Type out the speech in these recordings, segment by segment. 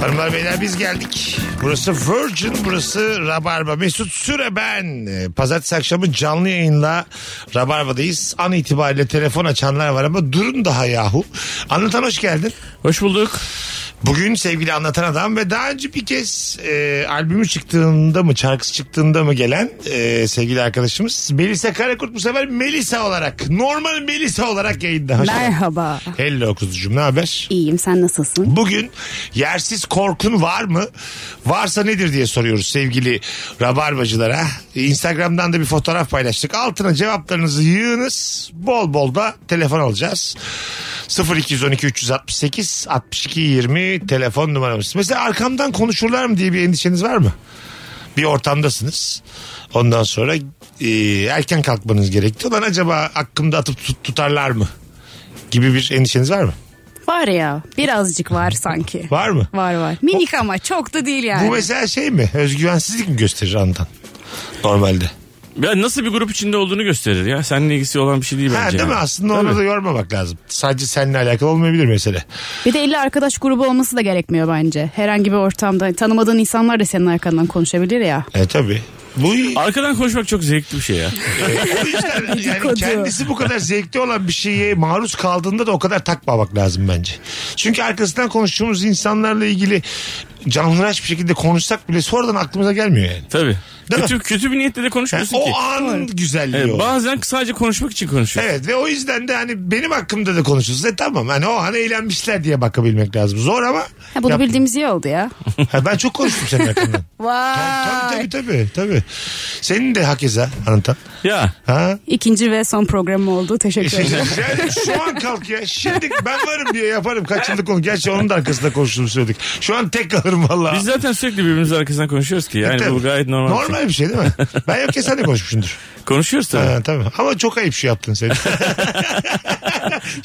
Hanımlar beyler biz geldik. Burası Virgin, burası Rabarba. Mesut Süre ben. Ee, Pazartesi akşamı canlı yayınla Rabarba'dayız. An itibariyle telefon açanlar var ama durun daha yahu. Anlatan hoş geldin. Hoş bulduk. Bugün sevgili anlatan adam ve daha önce bir kez e, albümü çıktığında mı şarkısı çıktığında mı gelen e, sevgili arkadaşımız Melisa Karakurt bu sefer Melisa olarak normal Melisa olarak yayında. Hoş geldin. Merhaba. Hello kuzucuğum ne haber? İyiyim sen nasılsın? Bugün yersiz korkun var mı? Varsa nedir diye soruyoruz sevgili rabarbacılara. Instagram'dan da bir fotoğraf paylaştık. Altına cevaplarınızı yığınız. Bol bol da telefon alacağız. 0212 368 62 20 telefon numaramız. Mesela arkamdan konuşurlar mı diye bir endişeniz var mı? Bir ortamdasınız. Ondan sonra e, erken kalkmanız gerekti. Lan acaba hakkımda atıp tut- tutarlar mı? Gibi bir endişeniz var mı? Var ya birazcık var sanki. Var mı? Var var. Minik ama çok da değil yani. Bu mesela şey mi? Özgüvensizlik mi gösterir andan? Normalde. Ya nasıl bir grup içinde olduğunu gösterir ya. Seninle ilgisi olan bir şey değil bence. Ha, değil yani. mi? Aslında onu Tabii. da yormamak lazım. Sadece seninle alakalı olmayabilir mesele. Bir de 50 arkadaş grubu olması da gerekmiyor bence. Herhangi bir ortamda tanımadığın insanlar da senin arkandan konuşabilir ya. E tabii. Bu Arkadan konuşmak çok zevkli bir şey ya. bu yüzden yani kendisi bu kadar zevkli olan bir şeye maruz kaldığında da o kadar takmamak lazım bence. Çünkü arkasından konuştuğumuz insanlarla ilgili canlıraş bir şekilde konuşsak bile sonradan aklımıza gelmiyor yani. Tabii. Değil mi? kötü, kötü bir niyetle de konuşmuyorsun ki. E, O anın güzelliği Evet, o. bazen sadece konuşmak için konuşuyor. Evet ve o yüzden de hani benim hakkımda da konuşulsa tamam hani o an eğlenmişler diye bakabilmek lazım. Zor ama Ha, bunu yap- bildiğimiz iyi oldu ya. Ha, ben çok konuştum senin hakkında. tabii, Vay. tabii tabii tabii. Senin de hakeza Anıtan. Ya Ha? İkinci ve son programım oldu. Teşekkür ederim. Yani şu an kalk ya. Şimdi ben varım diye yaparım. Kaç yıllık onu. Gerçi onun da arkasında konuştuğunu söyledik. Şu an tek kalırım valla. biz zaten sürekli birbirimizin arkasından konuşuyoruz ki. Yani bu gayet normal. bir şey. E, Normal bir şey değil mi? Ben yokken sen de konuşmuşsundur. Konuşuyoruz tabii. Ha, tabii. Ama çok ayıp şu yaptın sen.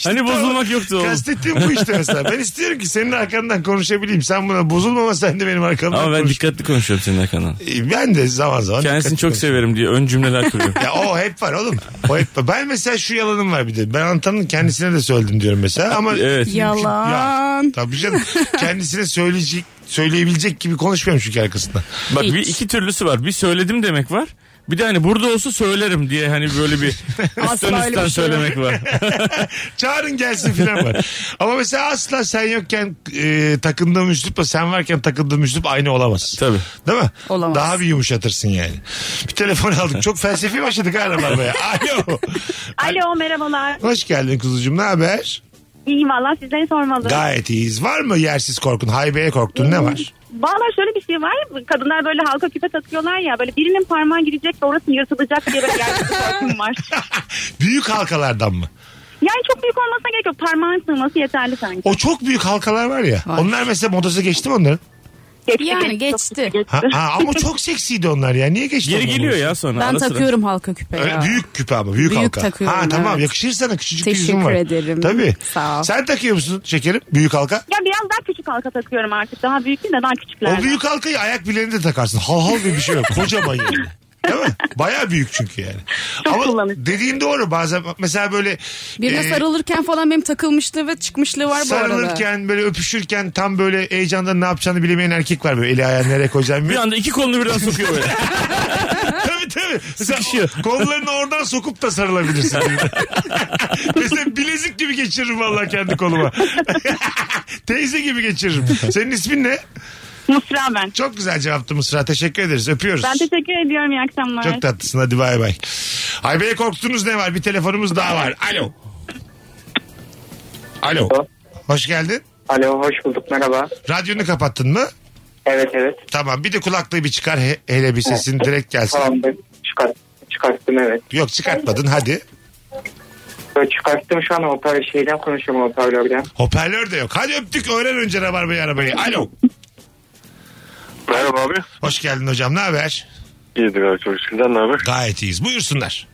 Hani bozulmak yoktu oğlum. Kastettiğim bu işte mesela. Ben istiyorum ki senin arkandan konuşabileyim. Sen buna bozulmama sen de benim arkamdan Ama ben konuş. dikkatli konuşuyorum senin arkandan. Ee, Ben de zaman zaman. Kendisini dikkatli çok konuşuyorum. severim diye ön cümleler kuruyorum. Ya o hep var oğlum. O hep var. Ben mesela şu yalanım var bir de. Ben Antan'ın kendisine de söyledim diyorum mesela ama Evet. Yalan. Ya, tabii canım. Kendisine söyleyecek söyleyebilecek gibi konuşmuyorum çünkü arkasında. Bak Hiç. bir iki türlüsü var. Bir söyledim demek var. Bir de hani burada olsa söylerim diye hani böyle bir üstten öyle bir üstten şey söylemek var. Çağırın gelsin filan var. Ama mesela asla sen yokken e, takındığım üslupla sen varken takındığım üslup aynı olamaz. Tabii. Değil mi? Olamaz. Daha bir yumuşatırsın yani. Bir telefon aldık. Çok felsefi başladık ha aralarmaya. Alo. Alo merhabalar. Hoş geldin kuzucuğum. Ne haber? İyiyim valla sizleri sormalı. Gayet iyiyiz. Var mı yersiz korkun? Haybeye korktun. Ne var? Valla şöyle bir şey var. Kadınlar böyle halka küpe takıyorlar ya. Böyle birinin parmağı girecek de orası yırtılacak diye böyle gerçek bir korkum var. Büyük halkalardan mı? Yani çok büyük olmasına gerek yok. Parmağın sığması yeterli sanki. O çok büyük halkalar var ya. Var. Onlar mesela modası geçti mi onların? Geçti, Yani geçti, geçti. geçti. Ha, ha, ama çok seksiydi onlar ya. Niye geçti? Geri onlar? geliyor ya sonra. Ben ara sıra. takıyorum halka küpe Öyle ya. büyük küpe ama büyük, Büyük halka. takıyorum, ha tamam evet. yakışır sana küçücük bir Teşekkür yüzün var. ederim. Tabii. Sağ ol. Sen takıyor musun şekerim büyük halka? Ya biraz daha küçük halka takıyorum artık. Daha büyük değil de daha küçüklerden. O büyük halkayı ayak bileğine de takarsın. Hal hal diye bir şey yok. Kocaman yani. Değil mi? Baya büyük çünkü yani. Çok Ama kullanışlı. dediğin doğru bazen mesela böyle Birine e, sarılırken falan benim takılmışlığı ve çıkmışlığı var bu arada. sarılırken böyle öpüşürken tam böyle heyecandan ne yapacağını bilemeyen erkek var böyle eli ayağını nereye koyacağını Bir bilmiyor. anda iki kolunu birden sokuyor böyle. tabii tabii. Mesela Sıkışıyor. kollarını oradan sokup da sarılabilirsin. Mesela bilezik gibi geçiririm vallahi kendi koluma. Teyze gibi geçiririm. Senin ismin ne? Musra ben. Çok güzel cevaptı Mısra. Teşekkür ederiz. Öpüyoruz. Ben teşekkür ediyorum. İyi akşamlar. Çok tatlısın. Hadi bay bay. Ay beye korktunuz ne var? Bir telefonumuz daha var. Alo. Alo. Hoş geldin. Alo hoş bulduk merhaba. Radyonu kapattın mı? Evet evet Tamam. Bir de kulaklığı bir çıkar. He- hele bir sesin direkt gelsin. tamam ben çıkart, çıkarttım evet. Yok çıkartmadın. Hadi. Böyle çıkarttım şu an hoparlör şeyden konuşuyorum hoparlörden. Hoparlör de yok. Hadi öptük. Öğren önce rabarbayı arabayı. Alo. Merhaba abi. Hoş geldin hocam. Ne haber? İyidir abi çok şükürden ne haber? Gayet iyiyiz. Buyursunlar.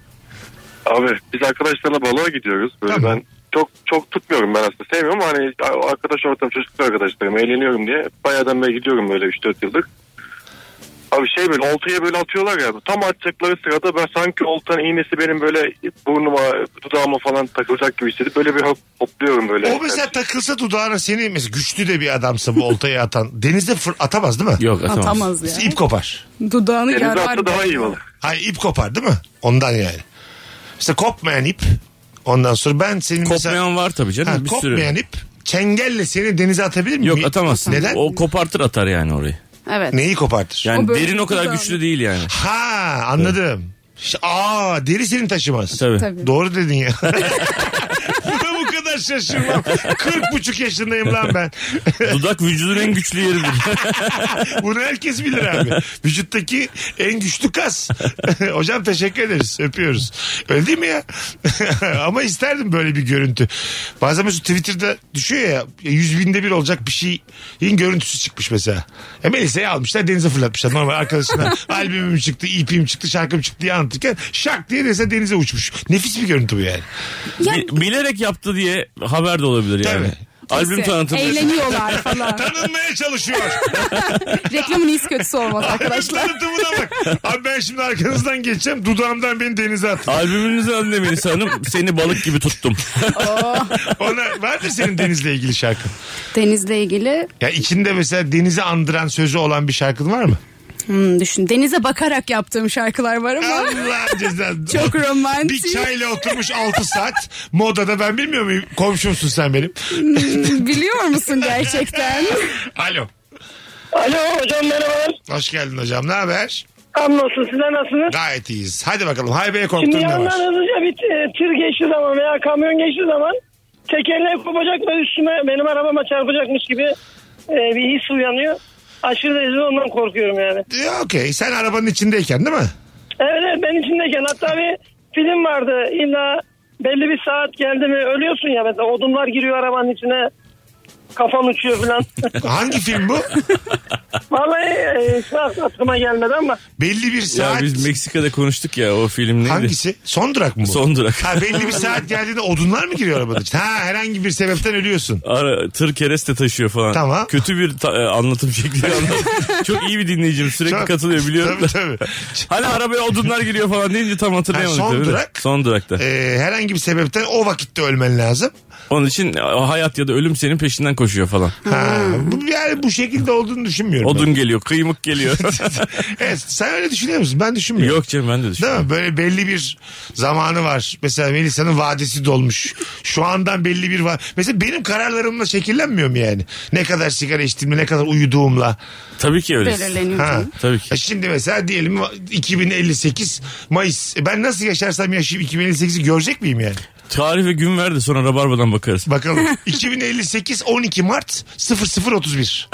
Abi biz arkadaşlarla balığa gidiyoruz. Böyle Tamam. ben çok çok tutmuyorum ben aslında sevmiyorum ama hani arkadaş ortamı çocukluk arkadaşlarım eğleniyorum diye bayağıdan beri gidiyorum böyle 3-4 yıllık. Abi şey böyle oltaya böyle atıyorlar ya tam atacakları sırada ben sanki oltanın iğnesi benim böyle burnuma dudağıma falan takılacak gibi hissedip böyle bir hop, hopluyorum böyle. O mesela takılsa dudağına seni mesela güçlü de bir adamsa bu oltayı atan denizde fır atamaz değil mi? Yok atamaz. Atamaz ya. İp kopar. Dudağını Denize yarar. atsa daha iyi olur. Hayır ip kopar değil mi? Ondan yani. Mesela kopmayan ip. Ondan sonra ben senin mesela... Kopmayan var tabii canım Ha, bir sürü. kopmayan ip. Çengelle seni denize atabilir mi? Yok atamazsın. Neden? O kopartır atar yani orayı. Evet. Neyi kopartır? Yani O böyle derin o kadar dudağını- güçlü değil yani. Ha anladım. Ş- Aa deri seni taşımaz. Tabii. Tabii. Doğru dedin ya. Buna bu kadar şaşırmam. 40 buçuk yaşındayım lan ben. Dudak vücudun en güçlü yeridir. Bunu herkes bilir abi. Vücuttaki en güçlü kas. Hocam teşekkür ederiz. Öpüyoruz. Öyle değil mi ya? Ama isterdim böyle bir görüntü. Bazen mesela Twitter'da düşüyor ya. Yüz binde bir olacak bir şeyin görüntüsü çıkmış mesela. E Melisa'yı almışlar denize fırlatmışlar. Normal arkadaşına albümüm çıktı, EP'm çıktı, şarkım çıktı diye anlatırken şak diye denize denize uçmuş. Nefis bir görüntü bu yani. Bi- Bilerek yaptı diye haber de olabilir yani. Albüm Neyse, tanıtımı. Eğleniyorlar falan. Tanınmaya çalışıyor. Reklamın iyisi kötüsü olmaz Arkadaşlar. arkadaşlar. Tanıtımına bak. Abi ben şimdi arkanızdan geçeceğim. Dudağımdan beni denize atın. Albümünüzü anne Melisa Hanım. Seni balık gibi tuttum. Ona vardır senin denizle ilgili şarkın. Denizle ilgili Ya içinde mesela denizi andıran sözü olan bir şarkın var mı? hmm, düşün. Denize bakarak yaptığım şarkılar var ama Allah cezanı. çok Bir romantik. çayla oturmuş 6 saat. Modada ben bilmiyor muyum? Komşumsun sen benim. Biliyor musun gerçekten? Alo. Alo hocam merhabalar. Hoş geldin hocam. Ne haber? Anlıyorsun sizler nasılsınız? Gayet iyiyiz. Hadi bakalım. Haybe'ye Şimdi korktun ne yandan var? hızlıca bir e, tır geçti zaman veya kamyon geçti zaman tekerleği kopacak ve üstüme benim arabama çarpacakmış gibi e, bir his uyanıyor. Aşırı derecede ondan korkuyorum yani. Ya okey. Sen arabanın içindeyken değil mi? Evet evet ben içindeyken hatta bir film vardı. İlla belli bir saat geldi mi ölüyorsun ya mesela odunlar giriyor arabanın içine. Kafan uçuyor falan. Hangi film bu? Vallahi e, şu an aklıma gelmedi ama Belli bir ya saat. biz Meksika'da konuştuk ya o film neydi? Hangisi? Son durak mı bu? Son durak. Ha belli bir saat geldiğinde odunlar mı giriyor arabanın içine? Ha herhangi bir sebepten ölüyorsun. Ara, tır kereste taşıyor falan. Tamam. Kötü bir ta- e, anlatım şekli. anlat- Çok iyi bir dinleyicim sürekli Çok- katılıyor biliyorum. Tabii da. tabii. Hani arabaya odunlar giriyor falan deyince tam hatırlayamadık. Ha, son tabii de. durak. Son durakta. Ee, herhangi bir sebepten o vakitte ölmen lazım. Onun için e, hayat ya da ölüm senin peşinden koşuyor falan. Ha, bu, yani bu şekilde olduğunu düşünmüyorum. ben. Odun geliyor, kıymık geliyor. Evet, sen öyle düşünüyor musun? Ben düşünmüyorum. Yok canım ben de Değil düşünüyorum. mi? Böyle belli bir zamanı var. Mesela Melisa'nın vadesi dolmuş. Şu andan belli bir var. Mesela benim kararlarımla şekillenmiyorum yani. Ne kadar sigara içtiğimle, ne kadar uyuduğumla. Tabii ki öyle. Belirleniyor. Ha. canım. Tabii ki. E Şimdi mesela diyelim 2058 Mayıs. E Ben nasıl yaşarsam yaşayayım 2058'i görecek miyim yani? Tarih ve gün ver de sonra rabarbadan bakarız. Bakalım. 2058 12 Mart 0031.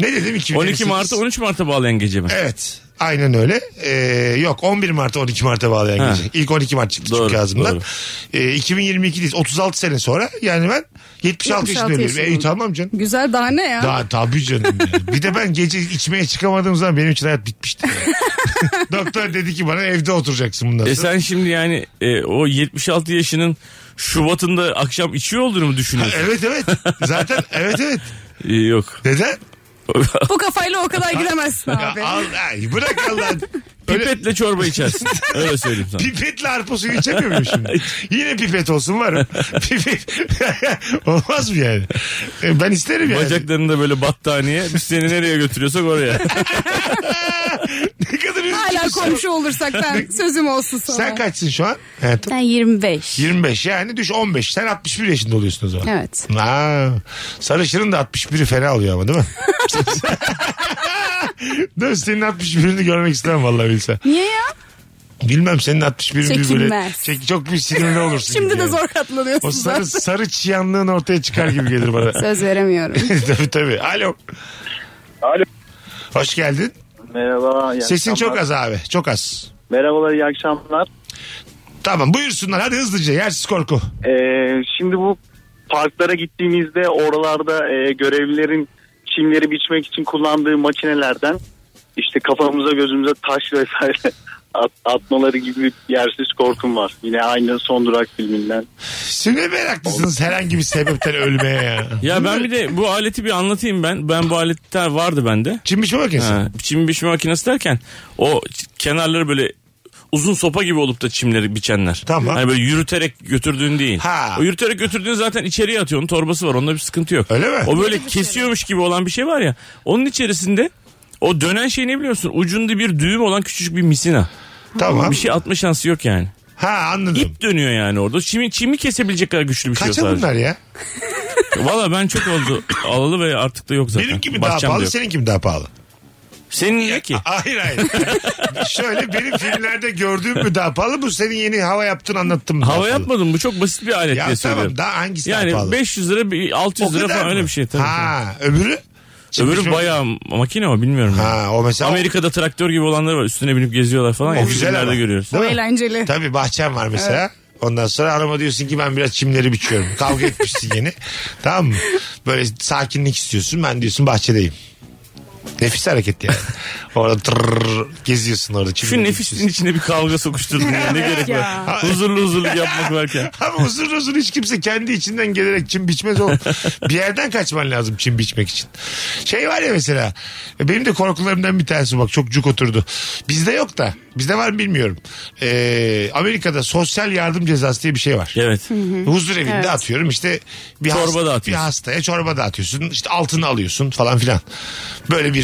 ne dedim 2058? 12 Mart'ı 13 Mart'a bağlayan gece mi? Evet. Aynen öyle. Ee, yok 11 Mart'a 12 Mart'a bağlayan Ha. gece. İlk 12 Mart çıktı Doğru, çünkü ağzımdan. doğru. Ee, 2022'deyiz. 36 sene sonra yani ben 76, 76 yaşında ölüyorum. yaşındayım. Ey E, tamam canım. Güzel daha ne ya? Daha tabii canım. ya. bir de ben gece içmeye çıkamadığım zaman benim için hayat bitmişti. ya. Doktor dedi ki bana evde oturacaksın bundan sonra. E sen şimdi yani e, o 76 yaşının Şubat'ında akşam içiyor olduğunu mu düşünüyorsun? Evet evet. Zaten evet evet. E, Yok. Neden? Bu kafayla o kadar gidemezsin Ya, abi. al, ay, bırak Allah'ın. Öyle- Pipetle çorba içersin. Öyle söyleyeyim sana. Pipetle arpa suyu içemiyor muyum şimdi? Yine pipet olsun varım. Pipet. Olmaz mı yani? E, Ben isterim yani. Bacaklarında böyle battaniye. Biz seni nereye götürüyorsak oraya. Ne kadar üzücü Hala bir şey. komşu olursak ben sözüm olsun sana. Sen kaçsın şu an? Evet. Ben 25. 25 yani düş 15. Sen 61 yaşında oluyorsun o zaman. Evet. Ha, sarışının da 61'i fena oluyor ama değil mi? Dur senin 61'ini görmek istemem vallahi bilse. Niye ya? Bilmem senin 61'ini bir böyle Çekilmez. çek, çok bir sinirli olursun. Şimdi gibi de yani. zor O katlanıyorsun. sarı, sarı çıyanlığın ortaya çıkar gibi gelir bana. Söz veremiyorum. tabii tabii. Alo. Alo. Hoş geldin. Merhaba. iyi Sesin akşamlar. çok az abi. Çok az. Merhabalar iyi akşamlar. Tamam buyursunlar hadi hızlıca yersiz korku. Ee, şimdi bu parklara gittiğimizde oralarda e, görevlilerin çimleri biçmek için kullandığı makinelerden işte kafamıza gözümüze taş vesaire at- atmaları gibi bir yersiz korkum var. Yine aynı Son Durak filminden. Seni meraklısınız herhangi bir sebepten ölmeye ya. Ya ben bir de bu aleti bir anlatayım ben. Ben bu aletler vardı bende. Çim biçme makinesi. çim biçme makinesi derken o ç- kenarları böyle uzun sopa gibi olup da çimleri biçenler. Tamam. Hani böyle yürüterek götürdüğün değil. Ha. O yürüterek götürdüğün zaten içeriye atıyor. Onun torbası var. Onda bir sıkıntı yok. Öyle mi? O böyle kesiyormuş gibi olan bir şey var ya. Onun içerisinde o dönen şey ne biliyorsun? Ucunda bir düğüm olan küçücük bir misina. Tamam. Bir şey atma şansı yok yani. Ha anladım. İp dönüyor yani orada. Çimi, çimi kesebilecek kadar güçlü bir şey o Kaça sadece. bunlar ya? Valla ben çok oldu. Alalı ve artık da yok zaten. Benim gibi daha Bahçem de pahalı, yok. senin gibi daha pahalı. Senin ne ki? Hayır hayır. Şöyle benim filmlerde gördüğüm mü daha pahalı bu senin yeni hava yaptın anlattım. Hava yapmadım bu çok basit bir alet Ya diye tamam, söylüyorum. daha hangisi daha yani pahalı? 500 lira bir 600 lira falan öyle bir şey tabii. Ha öbürü? ki. Öbürü bayağı makine ama bilmiyorum. yani. Ha o mesela. Amerika'da traktör gibi olanları var. Üstüne binip geziyorlar falan. O ya, güzel filmlerde ama. görüyoruz. O Değil mi? eğlenceli. Tabii bahçem var mesela. Ondan sonra arama diyorsun ki ben biraz çimleri biçiyorum. Kavga etmişsin yeni. Tamam mı? Böyle sakinlik istiyorsun. Ben diyorsun bahçedeyim. Nefis hareket yani. Orada tırrrr geziyorsun orada. Şu çimleri biçiyorsun. nefisin içine bir kavga sokuşturdun ya. Ne gerek ya. var? Huzurlu huzurlu yapmak varken. Ama uzun uzun hiç kimse kendi içinden gelerek çim biçmez oğlum. bir yerden kaçman lazım çim biçmek için. Şey var ya mesela benim de korkularımdan bir tanesi bak çok cuk oturdu. Bizde yok da bizde var mı bilmiyorum. Ee, Amerika'da sosyal yardım cezası diye bir şey var. Evet. Huzur evinde atıyorum işte bir, Çorba hasta- dağıtıyorsun. bir hastaya çorba dağıtıyorsun işte altını alıyorsun falan filan. Böyle bir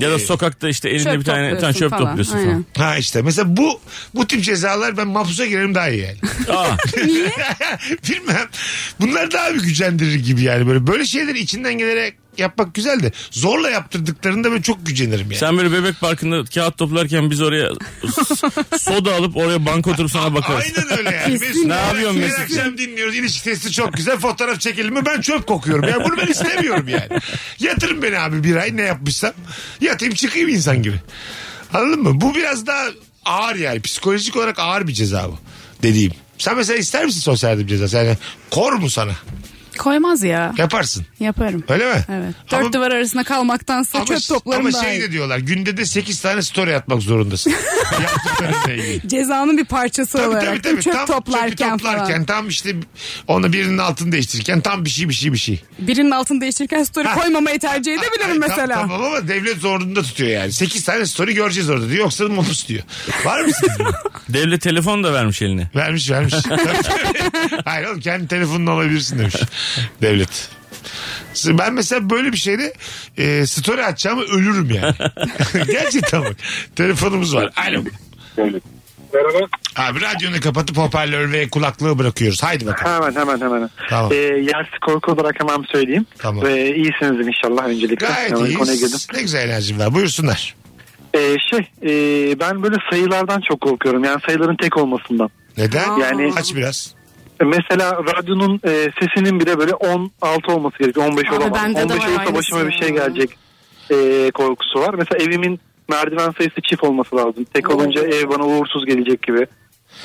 e, Ya da sokakta işte elinde Çöp bir tane, tane topluyorsun çöp falan, topluyorsun aynen. Ha işte mesela bu bu tip cezalar ben mahpusa girerim daha iyi yani. falan. Aa, Niye? Bilmem. Bunlar daha bir gücendirir gibi yani. Böyle böyle şeyleri içinden gelerek yapmak güzel de zorla yaptırdıklarında ben çok gücenirim yani. sen böyle bebek parkında kağıt toplarken biz oraya s- soda alıp oraya banka oturup sana bakarız. Aynen öyle yani. Kesin. Mesut, Ne yapıyorsun her Mesut? akşam dinliyoruz. İlişki testi çok güzel. Fotoğraf çekelim mi? Ben çöp kokuyorum. Yani bunu ben istemiyorum yani. Yatırın beni abi bir ay ne yapmışsam. Yatayım çıkayım insan gibi. Anladın mı? Bu biraz daha ağır yani. Psikolojik olarak ağır bir ceza bu. Dediğim. Sen mesela ister misin sosyal yardım cezası? Yani kor mu sana? Koymaz ya. Yaparsın. Yaparım. Öyle mi? Evet. Dört Ama- duvar arasında kalmaktansa çöp toplarım ama daha şey iyi. de diyorlar günde de 8 tane story atmak zorundasın. Yaptıklarınla ilgili. Cezanın bir parçası olarak. değil mi? Çöp Tam toplarken, çöpü toplarken falan. tam işte onu birinin altını değiştirirken tam bir şey bir şey bir şey. Birinin altını değiştirirken story koymamayı tercih edebilirim Ay, tam- E, mesela. tamam ama devlet zorunda tutuyor yani. 8 tane story göreceğiz orada diyor. Yoksa mopus diyor. Var mısınız? Devlet telefon da vermiş eline. vermiş vermiş. Tabii, tabii. Hayır oğlum kendi telefonunu alabilirsin demiş devlet. Ben mesela böyle bir şeyde e, story atacağımı ölürüm yani. Gerçekten bak. Telefonumuz var. Alo. Merhaba. Abi radyonu kapatıp hoparlör ve kulaklığı bırakıyoruz. Haydi bakalım. Hemen hemen hemen. Tamam. Ee, yersiz korku olarak hemen söyleyeyim. Tamam. Ve iyisinizdir inşallah öncelikle. Gayet Hemen Konuya girdim. iyiyiz. Ne güzel enerjim var. Buyursunlar. Ee, şey e, ben böyle sayılardan çok korkuyorum. Yani sayıların tek olmasından. Neden? Yani- Aç biraz. Mesela radyonun e, sesinin bile böyle 16 olması gerekiyor. 15 Abi olamaz. bende de 15 var olursa aynısı başıma bir ya. şey gelecek e, korkusu var. Mesela evimin merdiven sayısı çift olması lazım. Tek olunca ev bana uğursuz gelecek gibi.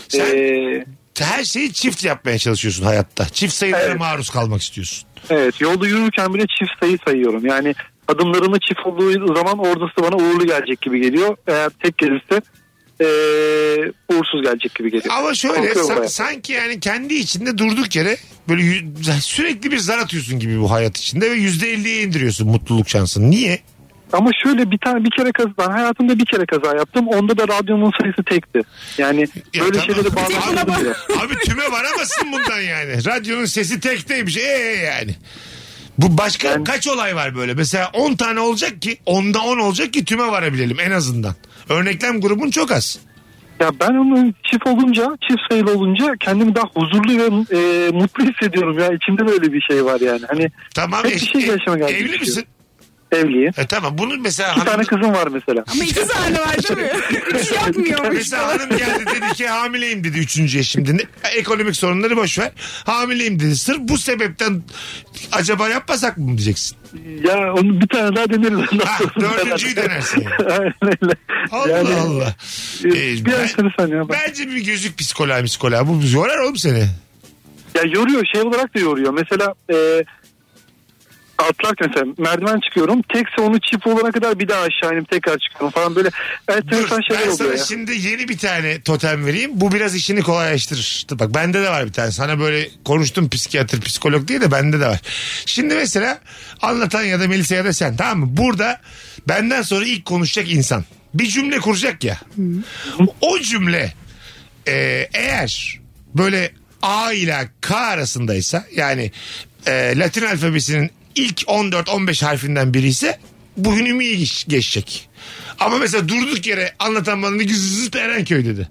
Sen Ee, her şeyi çift yapmaya çalışıyorsun hayatta. Çift sayılara Evet. maruz kalmak istiyorsun. evet yolda yürürken bile çift sayı sayıyorum. Yani adımlarımı çift olduğu zaman ordusu bana uğurlu gelecek gibi geliyor. Eğer tek gelirse e, uğursuz gelecek gibi geliyor. Ama şöyle Korkuyorum sa- bayağı. sanki yani kendi içinde durduk yere böyle yü- sürekli bir zar atıyorsun gibi bu hayat içinde ve %50'ye indiriyorsun mutluluk şansını. Niye? Ama şöyle bir tane bir kere kaza ben hayatımda bir kere kaza yaptım. Onda da radyonun sayısı tekti. Yani Ya böyle tamam. şeyleri Abi- bağlantılı. Abi tüme varamasın bundan yani. Radyonun sesi tekteymiş. Ee yani. Bu başka Yani- kaç olay var böyle? Mesela 10 tane olacak ki 10'da 10 olacak ki tüme varabilelim en azından. Örneklem grubun çok az. Ya ben onun çift olunca, çift sayılı olunca kendimi daha huzurlu ve e, mutlu hissediyorum ya. İçimde böyle bir şey var yani. Hani Tamam. e, Hep bir şey yaşamak lazım. Evli misin? evliyim. E tamam bunu mesela Bir tane hanım, kızım var mesela. Ama iki tane var değil mi? Üç Şey, yapmıyormuş. mesela hanım geldi dedi ki hamileyim dedi üçüncüye şimdi. Ne- Ekonomik sorunları boş ver. Hamileyim dedi. Sırf bu sebepten acaba yapmasak mı diyeceksin? Ya onu bir tane daha deneriz. ondan Ha, sonra. dördüncüyü denersin. Aynen öyle. Allah Yani, Allah. e, Ee, bir ben- enteresan ya. bak. Bence bir gözük psikoloğa psikoloğa. Bu yorar oğlum seni. Ya yoruyor şey olarak da yoruyor. Mesela e, atlarken mesela merdiven çıkıyorum. Tekse onu çift olana kadar bir daha aşağı inip tekrar çıkıyorum falan böyle. Dur, Enteresan şeyler ben sana oluyor ya. şimdi yeni bir şey tane totem vereyim. Bu biraz işini kolaylaştırır. Dur Bak bende de var bir tane. Sana böyle konuştum psikiyatr, psikolog diye de bende de var. Şimdi mesela anlatan ya da Melisa ya da sen tamam mı? Burada benden sonra ilk konuşacak insan. Bir cümle kuracak ya. O cümle e, eğer böyle A ile K arasındaysa yani e, Latin alfabesinin ilk 14-15 harfinden biri ise bugün ümiye geç- geçecek. Ama mesela durduk yere anlatan bana ne güzüzüz Erenköy dedi.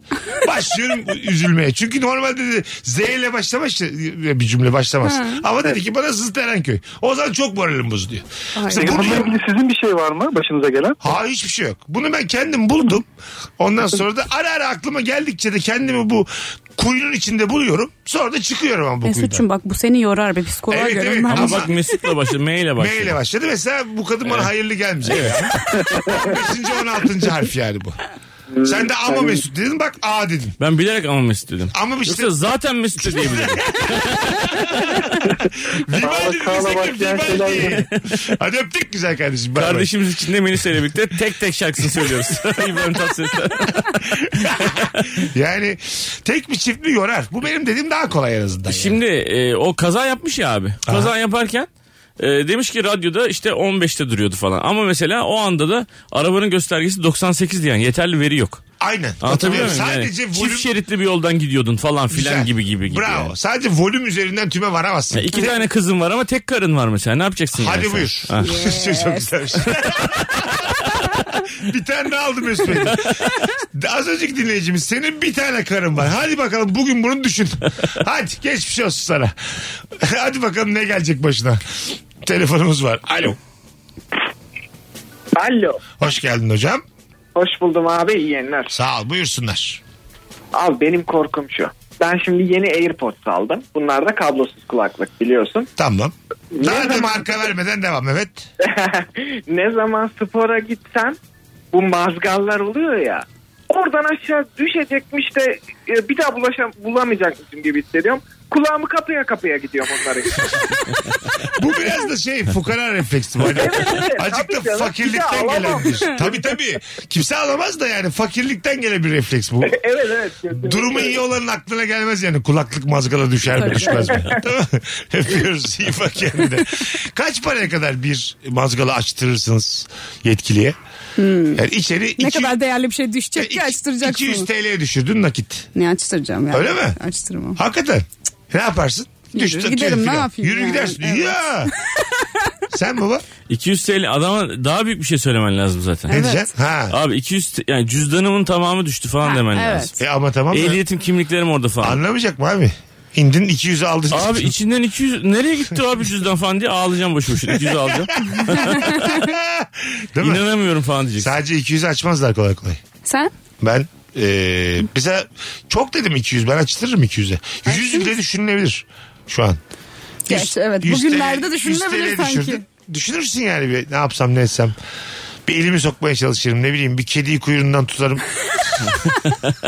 Başlıyorum üzülmeye. Çünkü normal dedi Z ile başlamaz bir cümle başlamaz. Ha. Ama dedi ki bana zıt Erenköy. O zaman çok moralim bozuluyor. Peki bununla ilgili sizin bir şey var mı başınıza gelen? Ha hiçbir şey yok. Bunu ben kendim buldum. Ondan sonra da ara ara aklıma geldikçe de kendimi bu kuyunun içinde buluyorum. Sonra da çıkıyorum ama bu Mesut'cum kuyudan. bak bu seni yorar be psikoloğa şey, Evet, göre. evet. Ben- Ama bak Mesut'la başladı. M ile başladı. M ile başladı. Mesela bu kadın bana hayırlı gelmeyecek. Beşinci, on altıncı harf yani bu. Sen de ama Mesut dedin bak A dedin. Ben bilerek ama Mesut dedim. Ama işte- Yoksa zaten Mesut da diyebilirim. Vivaldi Sağla desek de başlayan şeyler Vivaldi. Hadi öptük güzel kardeşim. Bay bay. Kardeşimiz için de Melisa ile birlikte tek tek şarkısını söylüyoruz. İbrahim Tatlıses'le. Yani tek mi çift mi yorar. Bu benim dediğim daha kolay en azından. yani. Şimdi e, o kaza yapmış ya abi. Kaza yaparken e, demiş ki radyoda işte 15'te duruyordu falan. Ama mesela o anda da arabanın göstergesi 98 diyen yeterli veri yok. Aynen. Anlatabiliyor Hatırlıyorum. muyum? Sadece yani, volüm... Çift şeritli bir yoldan gidiyordun falan filan Güzel. gibi gibi gibi. Bravo. yani. Sadece volüm üzerinden tüme varamazsın. Ya iki Tek- tane kızın var ama tek karın var mesela. Ne yapacaksın yani Hadi sen? buyur. Ha. Çok güzelmiş. bir tane daha aldım Mesut Bey. Az önceki dinleyicimiz senin bir tane karın var. Hadi bakalım bugün bunu düşün. Hadi geçmiş olsun sana. Hadi bakalım ne gelecek başına. Telefonumuz var. Alo. Alo. Hoş geldin hocam. Hoş buldum abi iyi yayınlar. Sağ ol buyursunlar. Abi benim korkum şu. Ben şimdi yeni AirPods aldım. Bunlar da kablosuz kulaklık biliyorsun. Tamam. Daha da zaman- marka vermeden devam evet. ne zaman spora gitsem bu mazgallar oluyor ya. Oradan aşağı düşecekmiş de e, bir daha bulaşam, bulamayacakmışım gibi hissediyorum. Kulağımı kapıya kapıya gidiyorum onların. Bu biraz da şey fukara refleksi bu. Hani Azıcık tabii da canım. Bir fakirlikten de gelen alamam. bir. şey. Tabii tabii. Kimse alamaz da yani fakirlikten gelen bir refleks bu. evet evet. kesinlikle. Durumu iyi olanın aklına gelmez yani. Kulaklık mazgala düşer mi Tabii. düşmez mi? Değil mi? Öpüyoruz. iyi bak kendine. Kaç paraya kadar bir mazgala açtırırsınız yetkiliye? Yani içeri Hmm. Ne iki- E, kadar değerli bir şey düşecek ki iki- açtıracaksın. 200 TL'ye düşürdün nakit. Ne açtıracağım ya? Öyle mi? Açtırmam. Hakikaten. Ne yaparsın? Yürü Düştü, giderim, ne filan. yapayım Yürü yani? gidersin. Evet. Ya. Sen baba 200 TL adama daha büyük bir şey söylemen lazım zaten. ne diyeceksin? Ha. Abi 200 te- yani cüzdanımın tamamı düştü falan demen evet. lazım. E ama tamam. da- Ehliyetim kimliklerim orada falan. Anlamayacak mı abi? İndin 200'ü aldın. Abi içinden 200 nereye gitti o abi cüzdan falan diye ağlayacağım boşu boşuna 200 alacağım. Değil mi? İnanamıyorum falan diyeceksin. Sadece 200'ü açmazlar kolay kolay. Sen? Ben e, mesela çok dedim 200 ben açtırırım 200'e. 100 bile düşünülebilir şu an. Gerçi evet, 100 bugünlerde TL 100 düşünülebilir TL düşürdüm. sanki. Düşünürsün yani bir, ne yapsam ne etsem. Bir elimi sokmaya çalışırım ne bileyim bir kediyi kuyruğundan tutarım.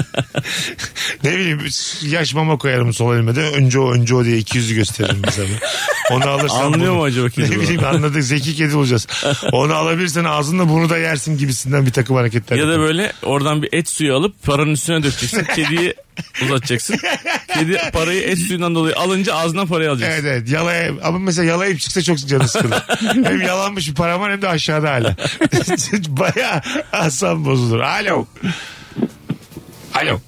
ne bileyim yaş mama koyarım sol elime de önce o önce o diye 200'ü gösteririm mesela. Onu alırsam Anlıyor bunu- mu acaba kedi Ne bunu? bileyim anladık zeki kedi olacağız. Onu alabilirsen ağzınla bunu da yersin gibisinden bir takım hareketler. Ya da yaparım. böyle oradan bir et suyu alıp paranın üstüne dökeceksin. Kediyi uzatacaksın. Kedi parayı et suyundan dolayı alınca ağzından parayı alacaksın. Evet evet yalaya ama mesela yalayıp çıksa çok canı sıkılır. hem yalanmış bir param var hem de aşağıda hala. Baya asam bozulur. Alo. Alo.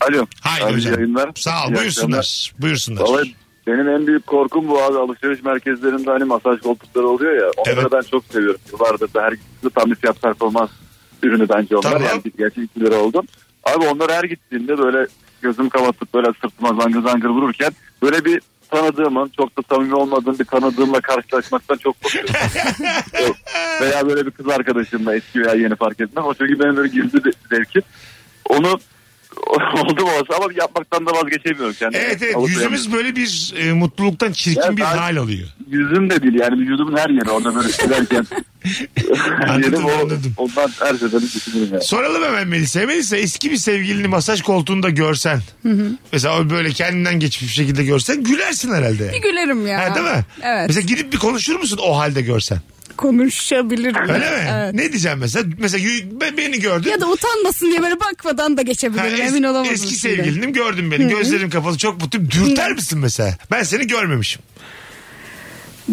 Alo. Haydi Abi, hocam. yayınlar. Sağ ol İyi buyursunlar. Buyursunlar. Vallahi benim en büyük korkum bu abi alışveriş merkezlerinde hani masaj koltukları oluyor ya. Onları Evet. ben çok seviyorum. Yıllardır da her gittiğimde tam isyap performans ürünü bence onlar. Tamam. Yani gerçi 2 lira oldu. Abi onlar her gittiğimde böyle gözüm kapatıp böyle sırtıma zangır zangır vururken böyle bir tanıdığımın çok da samimi olmadığım bir tanıdığımla karşılaşmaktan çok korkuyorum. Yok. veya böyle bir kız arkadaşımla eski veya yeni fark etmez. O çünkü benim böyle gizli bir zevkim. Onu oldu mu olsa ama yapmaktan da vazgeçemiyorum. Yani Evet evet Alıp yüzümüz böyle bir e, mutluluktan çirkin Ya bir ben- hal oluyor. yüzüm de değil yani vücudumun her yeri orada böyle sürerken Anladım, Dedim, o- anladım. Ondan her seferini düşünürüm yani. Soralım hemen Melisa'ya. Melisa eski bir sevgilini masaj koltuğunda görsen. Mesela o böyle kendinden geçmiş bir şekilde görsen gülersin herhalde. yani. Bir gülerim ya. Ha, değil mi? Evet. Mesela gidip bir konuşur musun o halde görsen? Konuşabilirim. Öyle mi? Evet. Ne diyeceğim mesela? Mesela y- ben- beni gördün. Ya da utanmasın diye böyle bakmadan da geçebilirim. Ha, es- Emin olamadım. Eski şimdi. sevgilinim gördün beni. Hı. Gözlerim kapalı çok mutluyum. Dürter misin mesela? Ben seni görmemişim.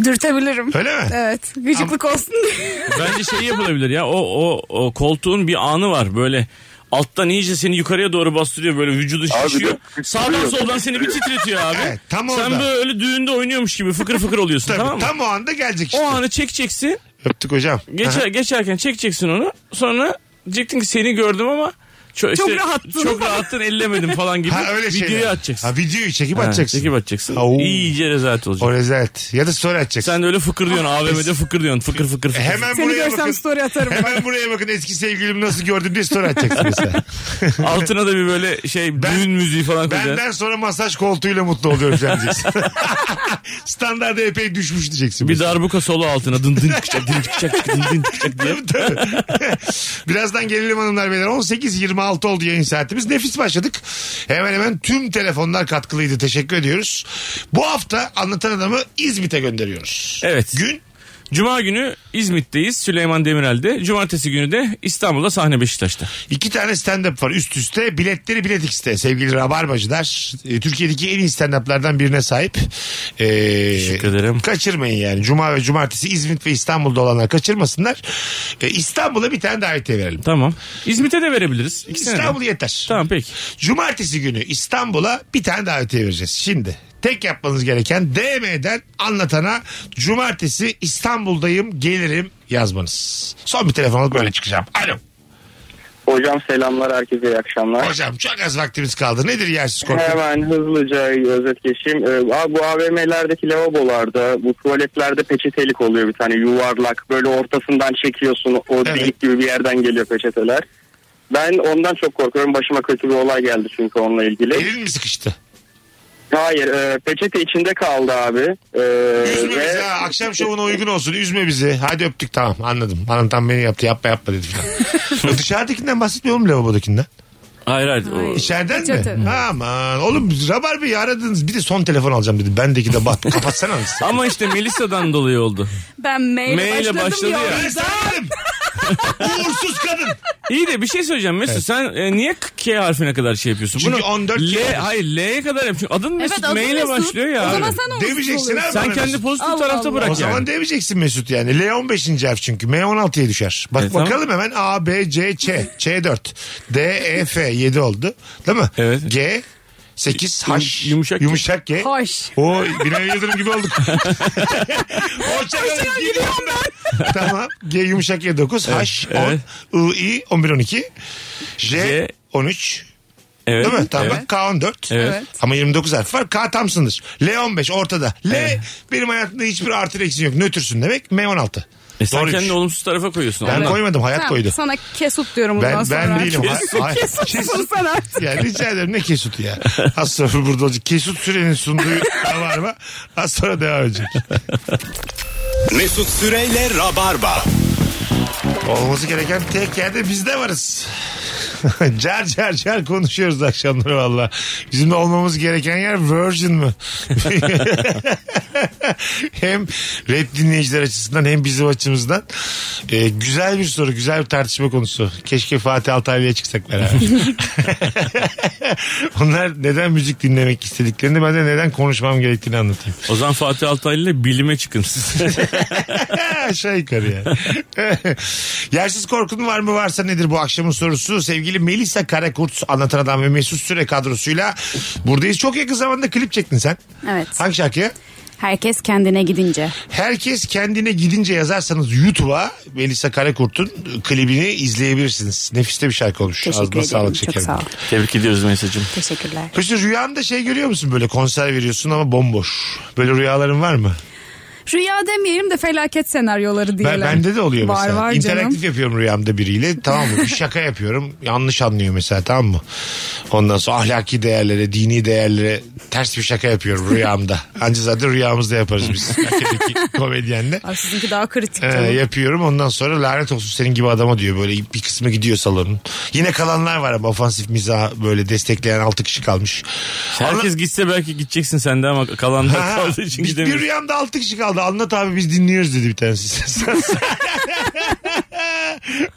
Dürtebilirim. Öyle mi? Evet. Gıcıklık olsun diye. Bence şey yapılabilir ya o, o, o koltuğun bir anı var böyle alttan iyice seni yukarıya doğru bastırıyor böyle vücudu Abi şişiyor. de- Sağdan soldan seni bir titretiyor abi. Evet, tam orada. Sen böyle düğünde oynuyormuş gibi fıkır fıkır oluyorsun Tabii, tamam mı? Tam o anda gelecek işte. O anı çekeceksin. Öptük hocam. Geçer, geçerken çekeceksin onu. Sonra diyecektin ki seni gördüm ama ço- Çok işte rahattın. Çok rahattın ellemedim falan gibi. Ha, öyle videoyu şeyler. atacaksın. Ha, videoyu çekip Ha, atacaksın. Çekip atacaksın. Ha, oo. İyice rezalet olacak. O rezalet. Ya da story atacaksın. Sen de öyle fıkır diyorsun AVM'de fıkır diyorsun. Fıkır fıkır fıkır. E, Hemen Seni buraya görsem bakın. story atarım. Hemen buraya bakın eski sevgilimi nasıl gördüm diye story atacaksın mesela. Altına da bir böyle şey Ben- düğün müziği falan koyacaksın. Benden sonra masaj koltuğuyla mutlu oluyorum falan diyeceksin. Standarda epey düşmüş diyeceksin. Bir mesela. darbuka solo altına dın dın kıçak dın kıçak dın dın kıçak diye. Tabii, tabii. Birazdan gelelim hanımlar beyler. 18.26 oldu yayın saatimiz. Nefis başladık. Hemen hemen tüm telefonlar katkılıydı. Teşekkür ediyoruz. Bu hafta anlatan adamı İzmit'e gönderiyoruz. Evet. Gün Cuma günü İzmit'teyiz Süleyman Demirel'de. Cumartesi günü de İstanbul'da sahne Beşiktaş'ta. İki tane stand-up var üst üste. Biletleri Bilet X'te sevgili Rabarbacılar. e, Türkiye'deki en iyi stand-up'lardan birine sahip. Ee, Teşekkür ederim. Kaçırmayın yani. Cuma ve cumartesi İzmit ve İstanbul'da olanlar kaçırmasınlar. E, İstanbul'a bir tane davetiye verelim. Tamam. İzmit'e de verebiliriz. İkisine de. İstanbul yeter. Tamam peki. Cumartesi günü İstanbul'a bir tane davetiye vereceğiz. Şimdi tek yapmanız gereken DM'den anlatana cumartesi İstanbul'dayım gelirim yazmanız. Son bir telefon alıp böyle çıkacağım. Alo. Hocam selamlar herkese iyi akşamlar. Hocam çok az vaktimiz kaldı. Nedir yersiz korku? Hemen hızlıca özet geçeyim. Ee, abi bu AVM'lerdeki lavabolarda, bu tuvaletlerde peçetelik oluyor bir tane yuvarlak. Böyle ortasından çekiyorsun o delik gibi bir yerden geliyor peçeteler. Ben ondan çok korkuyorum. Başıma kötü bir olay geldi çünkü onunla ilgili. Elin mi sıkıştı? Hayır e, peçete içinde kaldı abi. E, Üzme ve- bizi ha. Akşam şovuna uygun olsun. Üzme bizi. Hadi öptük tamam anladım. Anlatan beni yaptı. Yapma yapma dedi filan. Dışarıdakinden bahsetmiyorum lavabodakinden. Hayır hayır. O- İçeriden Peçete. mi? Aman. Oğlum Rabarbe'yi aradınız. Bir de son telefon alacağım dedi. Bendeki de bak. Kapatsana mısın? Ama işte Melisa'dan dolayı oldu. Ben mail Maile başladım başladı ya. ya. Ben sana dedim. Uğursuz kadın. İyi de bir şey söyleyeceğim Mesut. Sen e, niye K harfine kadar şey yapıyorsun? Çünkü 14 L, kere- Hayır L'ye kadar yap. Çünkü adın Mesut. adı Mail'e Mesut. başlıyor ya. O zaman abi. sen olursun. Demeyeceksin abi. Sen bana kendi Mesut. pozitif Allah tarafta Allah. bırak O zaman yani. demeyeceksin Mesut yani. L 15. harf çünkü. M 16'ya düşer. Bak E, tamam. bakalım hemen A, B, C, Ç. Ç 4. D, E, F 7 oldu. Değil mi? Evet. G 8 H. Yum- yumuşak G. yumuşak G. Hoş. O Binali Yıldırım gibi olduk. Hoşçakalın gidiyorum ben. tamam. G yumuşak G 9. H 10. I, I 11 12. J, J. 13. Evet. Değil mi? Tamam evet. bak K 14. Evet. Ama 29 harf var. K tam sınır. L 15 ortada. L benim hayatımda hiçbir artı eksi yok. Nötrsün demek. M 16. E sen Doğruymuş. kendini olumsuz tarafa koyuyorsun. Ben ondan. koymadım. Hayat Tamam, koydu. Sana kesut diyorum bundan Ben, sonra. ben değilim. Kesut. Hayır, hayır. Kesutsun sen artık. Ya rica ederim ne kesutu ya. Az sonra burada olacak. Kesut Süren'in sunduğu var mı? Az sonra devam edecek. Mesut Süreyle Rabarba. Olması gereken tek yerde biz de varız. car car car konuşuyoruz akşamları valla. Bizim de olmamız gereken yer Virgin mı? hem rap dinleyiciler açısından hem bizim açımızdan. Ee, güzel bir soru, güzel bir tartışma konusu. Keşke Fatih Altaylı'ya çıksak beraber. Onlar neden müzik dinlemek istediklerini ben de neden konuşmam gerektiğini anlatayım. O zaman Fatih Altaylı ile bilime çıkın siz. Aşağı yukarı yani. Şey Yersiz korkun var mı varsa nedir bu akşamın sorusu? Sevgili Melisa Karakurt anlatan adam ve Mesut Süre kadrosuyla buradayız. Çok yakın zamanda klip çektin sen. Evet. Hangi şarkıya? Herkes kendine gidince. Herkes kendine gidince yazarsanız YouTube'a Melisa Karakurt'un klibini izleyebilirsiniz. Nefis de bir şarkı olmuş. Teşekkür Ağzına ederim. sağlık Çok şekerim. sağ ol. Tebrik ediyoruz mesajım. Teşekkürler. Hüsnü rüyanda şey görüyor musun böyle konser veriyorsun ama bomboş. Böyle rüyaların var mı? Rüya demeyelim de felaket senaryoları Ben, diyelim. bende de oluyor var, mesela. Var İnteraktif canım. yapıyorum rüyamda biriyle. Tamam mı? Bir şaka yapıyorum. Yanlış anlıyor mesela tamam mı? Ondan sonra ahlaki değerlere, dini değerlere ters bir şaka yapıyorum rüyamda. Ancak zaten rüyamızda yaparız biz. Erkek komedyenle. Abi sizinki daha kritik. Ee, canım. yapıyorum ondan sonra lanet olsun senin gibi adama diyor böyle bir kısmı gidiyor salonun. Yine kalanlar var ama ofansif mizah böyle destekleyen 6 kişi kalmış. Herkes gitse belki gideceksin sen de ama kalanlar kaldı için Bir, bir gidemiyorsun. rüyamda 6 kişi kaldı anlat abi biz dinliyoruz dedi bir tanesi.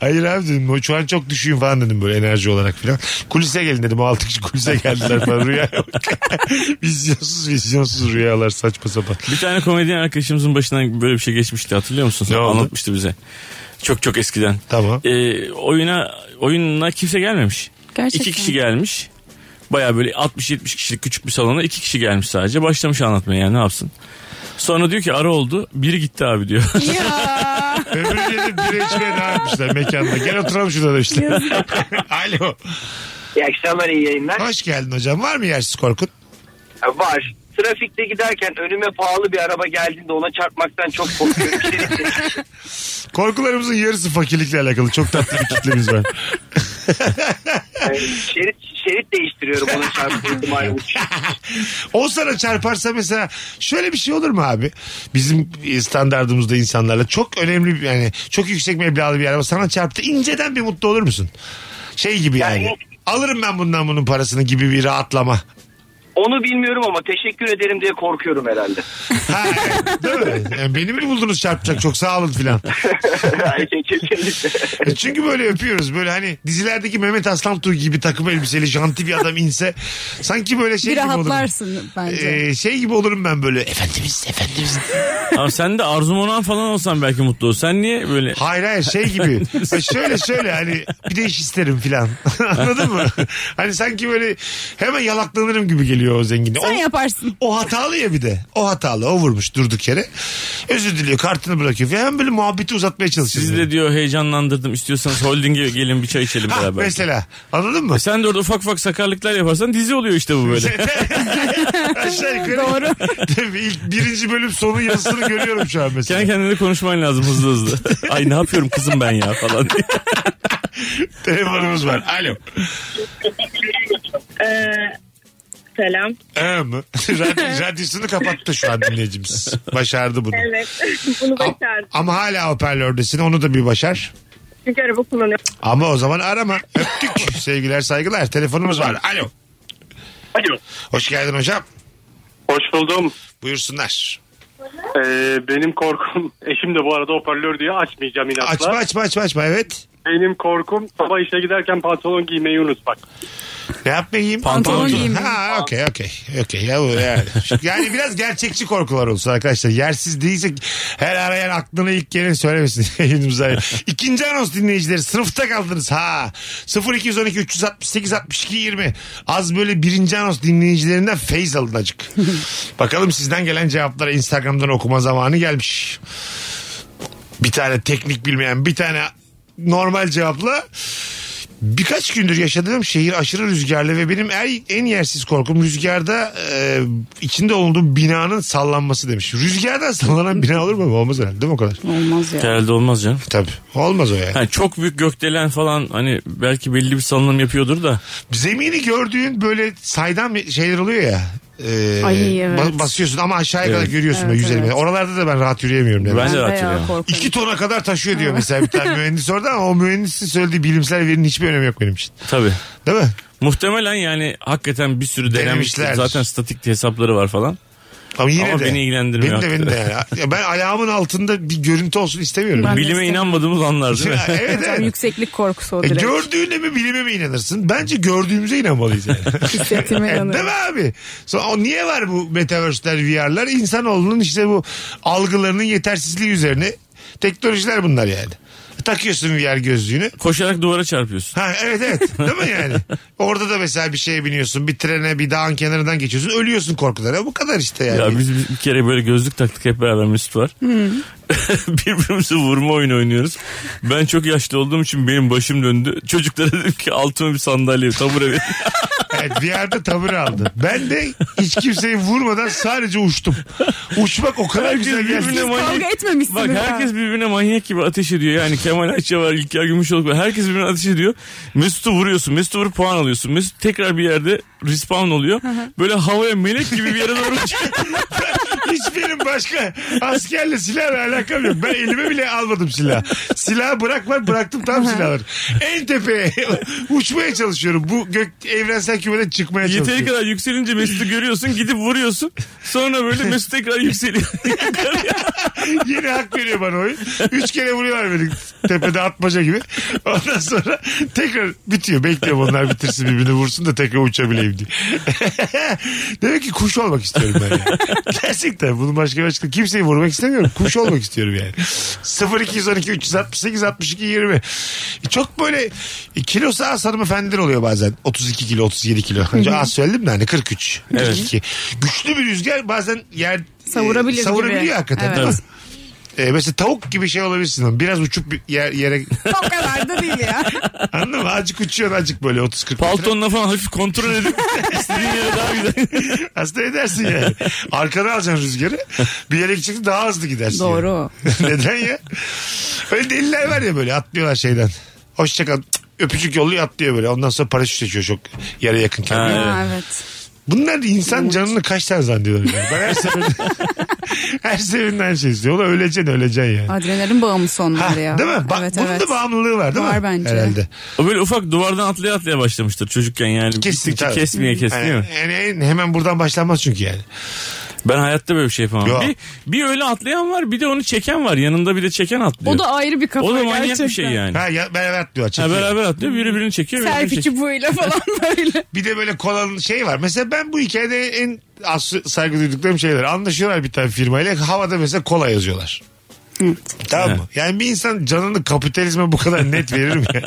Hayır abi dedim "o şu an çok düşüyüm falan dedim böyle enerji olarak filan. Kulise gelin dedim o 6 kişi kulise geldiler falan rüya yok. vizyonsuz vizyonsuz rüyalar saçma sapan. Bir tane komedyen arkadaşımızın başından böyle bir şey geçmişti hatırlıyor musun? Ne oldu? Anlatmıştı bize. Çok çok eskiden. Tamam. Ee, oyuna oyununa kimse gelmemiş. Gerçekten. İki kişi gelmiş. Baya böyle 60-70 kişilik küçük bir salona iki kişi gelmiş sadece. Başlamış anlatmaya yani ne yapsın. Sonra diyor ki ara oldu. Biri gitti abi diyor. Öbürü dedi bira içmeye ne yapmışlar mekanda gel oturalım şurada demişler. Alo. İyi akşamlar iyi yayınlar. Hoş geldin hocam var mı yersiz korkun? Var. Trafikte giderken önüme pahalı bir araba geldiğinde ona çarpmaktan çok korkuyorum. Korkularımızın yarısı fakirlikle alakalı. Çok tatlı bir kitlemiz var. Yani şerit, şerit değiştiriyorum ona çarpma ihtimali uç. O sana çarparsa mesela şöyle bir şey olur mu abi? Bizim standartımızda insanlarla çok önemli bir- yani çok yüksek meblağlı bir araba sana çarptı. inceden bir mutlu olur musun? Şey gibi yani. Alırım ben bundan bunun parasını gibi bir rahatlama. Onu bilmiyorum ama teşekkür ederim diye korkuyorum herhalde. Değil mi? Yani beni mi buldunuz çarpacak çok sağ olun filan. E Çünkü böyle öpüyoruz. Böyle hani dizilerdeki Mehmet Aslantuğ gibi takım elbiseli janti bir adam inse sanki böyle şey bir gibi olurum. rahatlarsın bence. Ee, şey gibi olurum ben böyle efendimiz efendimiz Abi sen de Arzu Monan falan olsan belki mutlu ol. Sen niye böyle... Hayır hayır şey gibi. Ha, şöyle şöyle hani bir de iş isterim filan. Anladın mı? Hani sanki böyle hemen yalaklanırım gibi geliyor o zengin. Sen o, yaparsın. o hatalı ya bir de. O hatalı. O vurmuş durduk yere. Özür diliyor. Kartını bırakıyor. falan. Hemen böyle muhabbeti uzatmaya çalışıyor. Sizi de diyor heyecanlandırdım. İstiyorsanız holdinge gelin bir çay içelim Ha, beraber. mesela. Anladın mı? E sen de orada ufak ufak sakarlıklar yaparsan dizi oluyor işte bu böyle. Aşağı yukarı. Doğru. Tabii ilk birinci bölüm sonu yazısını görüyorum şu an mesela. Kendi kendine konuşman lazım hızlı hızlı. Ay ne yapıyorum kızım ben ya falan diye. Telefonumuz var. Alo. Ee, selam. Ee mi? Radyo- Radyosunu kapattı şu an dinleyicimiz. Başardı bunu. Evet. Bunu başardım. Ama hala hoparlördesin. Onu da bir başar. Çünkü araba kullanıyorum. Ama o zaman arama. Öptük. Sevgiler saygılar. Telefonumuz var. Alo. Alo. Hoş geldin hocam. Hoş buldum. Buyursunlar. Ee, benim korkum eşim de bu arada hoparlör diye açmayacağım inatla. Açma açma açma açma evet. Benim korkum sabah işe giderken pantolon giymeyi unutmak. Ne yapmayayım? Pantolon giyeyim. Ha okey okey. Okey ya bu yani. yani biraz gerçekçi korkular olsun arkadaşlar. Yersiz değilse her arayan aklına ilk gelen söylemesin. Yayınımıza. İkinci anons dinleyicileri sınıfta kaldınız ha. 0212 368 62 20. Az böyle birinci anons dinleyicilerinden feyz alın acık. Bakalım sizden gelen cevaplara Instagram'dan okuma zamanı gelmiş. Bir tane teknik bilmeyen bir tane normal cevapla Birkaç gündür yaşadığım şehir aşırı rüzgarlı ve benim en, en yersiz korkum rüzgarda e, içinde olduğum binanın sallanması demiş. Rüzgardan sallanan bina olur mu? Olmaz herhalde değil mi o kadar? Olmaz ya. Herhalde olmaz canım. Tabii. Olmaz o yani. Ha, çok büyük gökdelen falan hani belki belli bir salınım yapıyordur da. Zemini gördüğün böyle saydam şeyler oluyor ya. E, Ay, evet. ba- basıyorsun ama aşağıya Evet. kadar görüyorsun Evet, böyle 150 metre. Oralarda da ben rahat yürüyemiyorum. Ben de Ben de rahat ya, yürüyemem. korkarım. 2 tona kadar taşıyor diyor mesela bir tane mühendis orada ama o mühendisin söylediği bilimsel verinin hiçbir önemi yok benim için. Tabii. Değil mi? Muhtemelen yani hakikaten bir sürü denemişler. Denemişlerdir. Zaten statik hesapları var falan. Ama yine de. beni ilgilendirmiyor. Beni de beni de yani. Ya Ben ayağımın altında bir görüntü olsun istemiyorum. Ben de Bilime istemiyorum. inanmadığımız anlar değil mi? Ya, evet Hocam evet. yükseklik korkusu o E, direkt. gördüğüne mi bilime mi inanırsın? Bence gördüğümüze inanmalıyız yani. Hissetime E, inanıyorum. Değil mi abi? So- o niye var bu metaverse'ler, VR'lar? İnsanoğlunun işte bu algılarının yetersizliği üzerine teknolojiler bunlar yani. Takıyorsun VR gözlüğünü. Koşarak duvara çarpıyorsun. Ha, evet evet değil mi yani? Orada da mesela bir şeye biniyorsun bir trene bir dağın kenarından geçiyorsun ölüyorsun korkulara bu kadar işte yani. Ya biz bir kere böyle gözlük taktık hep beraber Mesut var. Birbirimizi vurma oyunu oynuyoruz. Ben çok yaşlı olduğum için benim başım döndü. Çocuklara dedim ki altıma bir sandalye, tabure verin. Evet bir yerde tabur aldı. Ben de hiç kimseyi vurmadan sadece uçtum. Uçmak o kadar güzel geldi. Bak herkes birbirine manyak gibi ateş ediyor. Yani Kemal Ayça var, İlker Gümüşoluk var. Herkes birbirine ateş ediyor. Mesut'u vuruyorsun. Mesut'u vurup puan alıyorsun. Mesut tekrar bir yerde respawn oluyor. Böyle havaya melek gibi bir yere doğru uçuyor. Hiç benim başka askerle silahla alakam yok. Ben elime bile almadım silah. Silahı bırak var bıraktım tam silahı. En tepeye uçmaya çalışıyorum. Bu gök evrensel kümeden çıkmaya çalışıyorum. Yeteri kadar yükselince Mesut'u görüyorsun. Gidip vuruyorsun. Sonra böyle Mesut tekrar yükseliyor. Yine hak veriyor bana oyun. Üç kere vuruyorlar beni tepede atmaca gibi. Ondan sonra tekrar bitiyor. Bekliyorum onlar bitirsin birbirini vursun da tekrar uçabileyim diye. Demek ki kuş olmak istiyorum ben ya. Gerçekten bunun başka bir açıklaması. Kimseyi vurmak istemiyorum. Kuş olmak istiyorum yani. 0212 368 62 20. E, Çok böyle kilosu az hanımefendiler oluyor bazen. 32 kilo 37 kilo. Önce az söyledim de hani 43. 42. Güçlü bir rüzgar bazen yer e, Savurabilir gibi. savurabiliyor hakikaten. Evet. değil mi? E, mesela tavuk gibi şey olabilirsin. Biraz uçup bir yer, yere... O kadar da değil ya. Anladın mı? Azıcık uçuyorsun azıcık böyle 30-40 Paltonla falan hafif kontrol edip istediğin yere daha güzel. Aslında edersin yani. Arkana alacaksın rüzgarı. Bir yere gideceksin daha hızlı gidersin. Doğru. yani. Neden ya? Öyle deliler var ya böyle atlıyorlar şeyden. Hoşçakal öpücük yolluyor atlıyor böyle. Ondan sonra paraşüt açıyor çok yere yakın kendine. Ha, evet. Bunlar da insan canını kaç tane zannediyorlar. Yani. Ben her seferinde, her seferinde aynı şey istiyor. Ulan öleceksin öleceksin yani. Adrenalin bağımlısı onlar ya. Değil mi? Bak evet, bunun evet. da bağımlılığı var değil mi? Var bence. Herhalde. O böyle ufak duvardan atlaya atlaya başlamıştır çocukken yani. Kesinlikle. Kesmeye tabii. kesmeye kesmiyor. Yani, yani en- hemen buradan başlanmaz çünkü yani. Ben hayatta böyle bir şey yapamam. Yok. Bir, bir öyle atlayan var bir de onu çeken var. Yanında bir de çeken atlıyor. O da ayrı bir kafa O da manyak gerçekten. bir şey yani. şey. Ha ya, beraber atlıyor. Ha, çekiyor. beraber atlıyor biri birini çekiyor. Biri birini Selfie çekiyor. çubuğuyla falan böyle. Bir de böyle kolanın şey var. Mesela ben bu hikayede en az saygı duyduklarım şeyler. Anlaşıyorlar bir tane firmayla. Havada mesela kola yazıyorlar. Tamam mı? Yani bir insan canını kapitalizme bu kadar net verir mi? ya?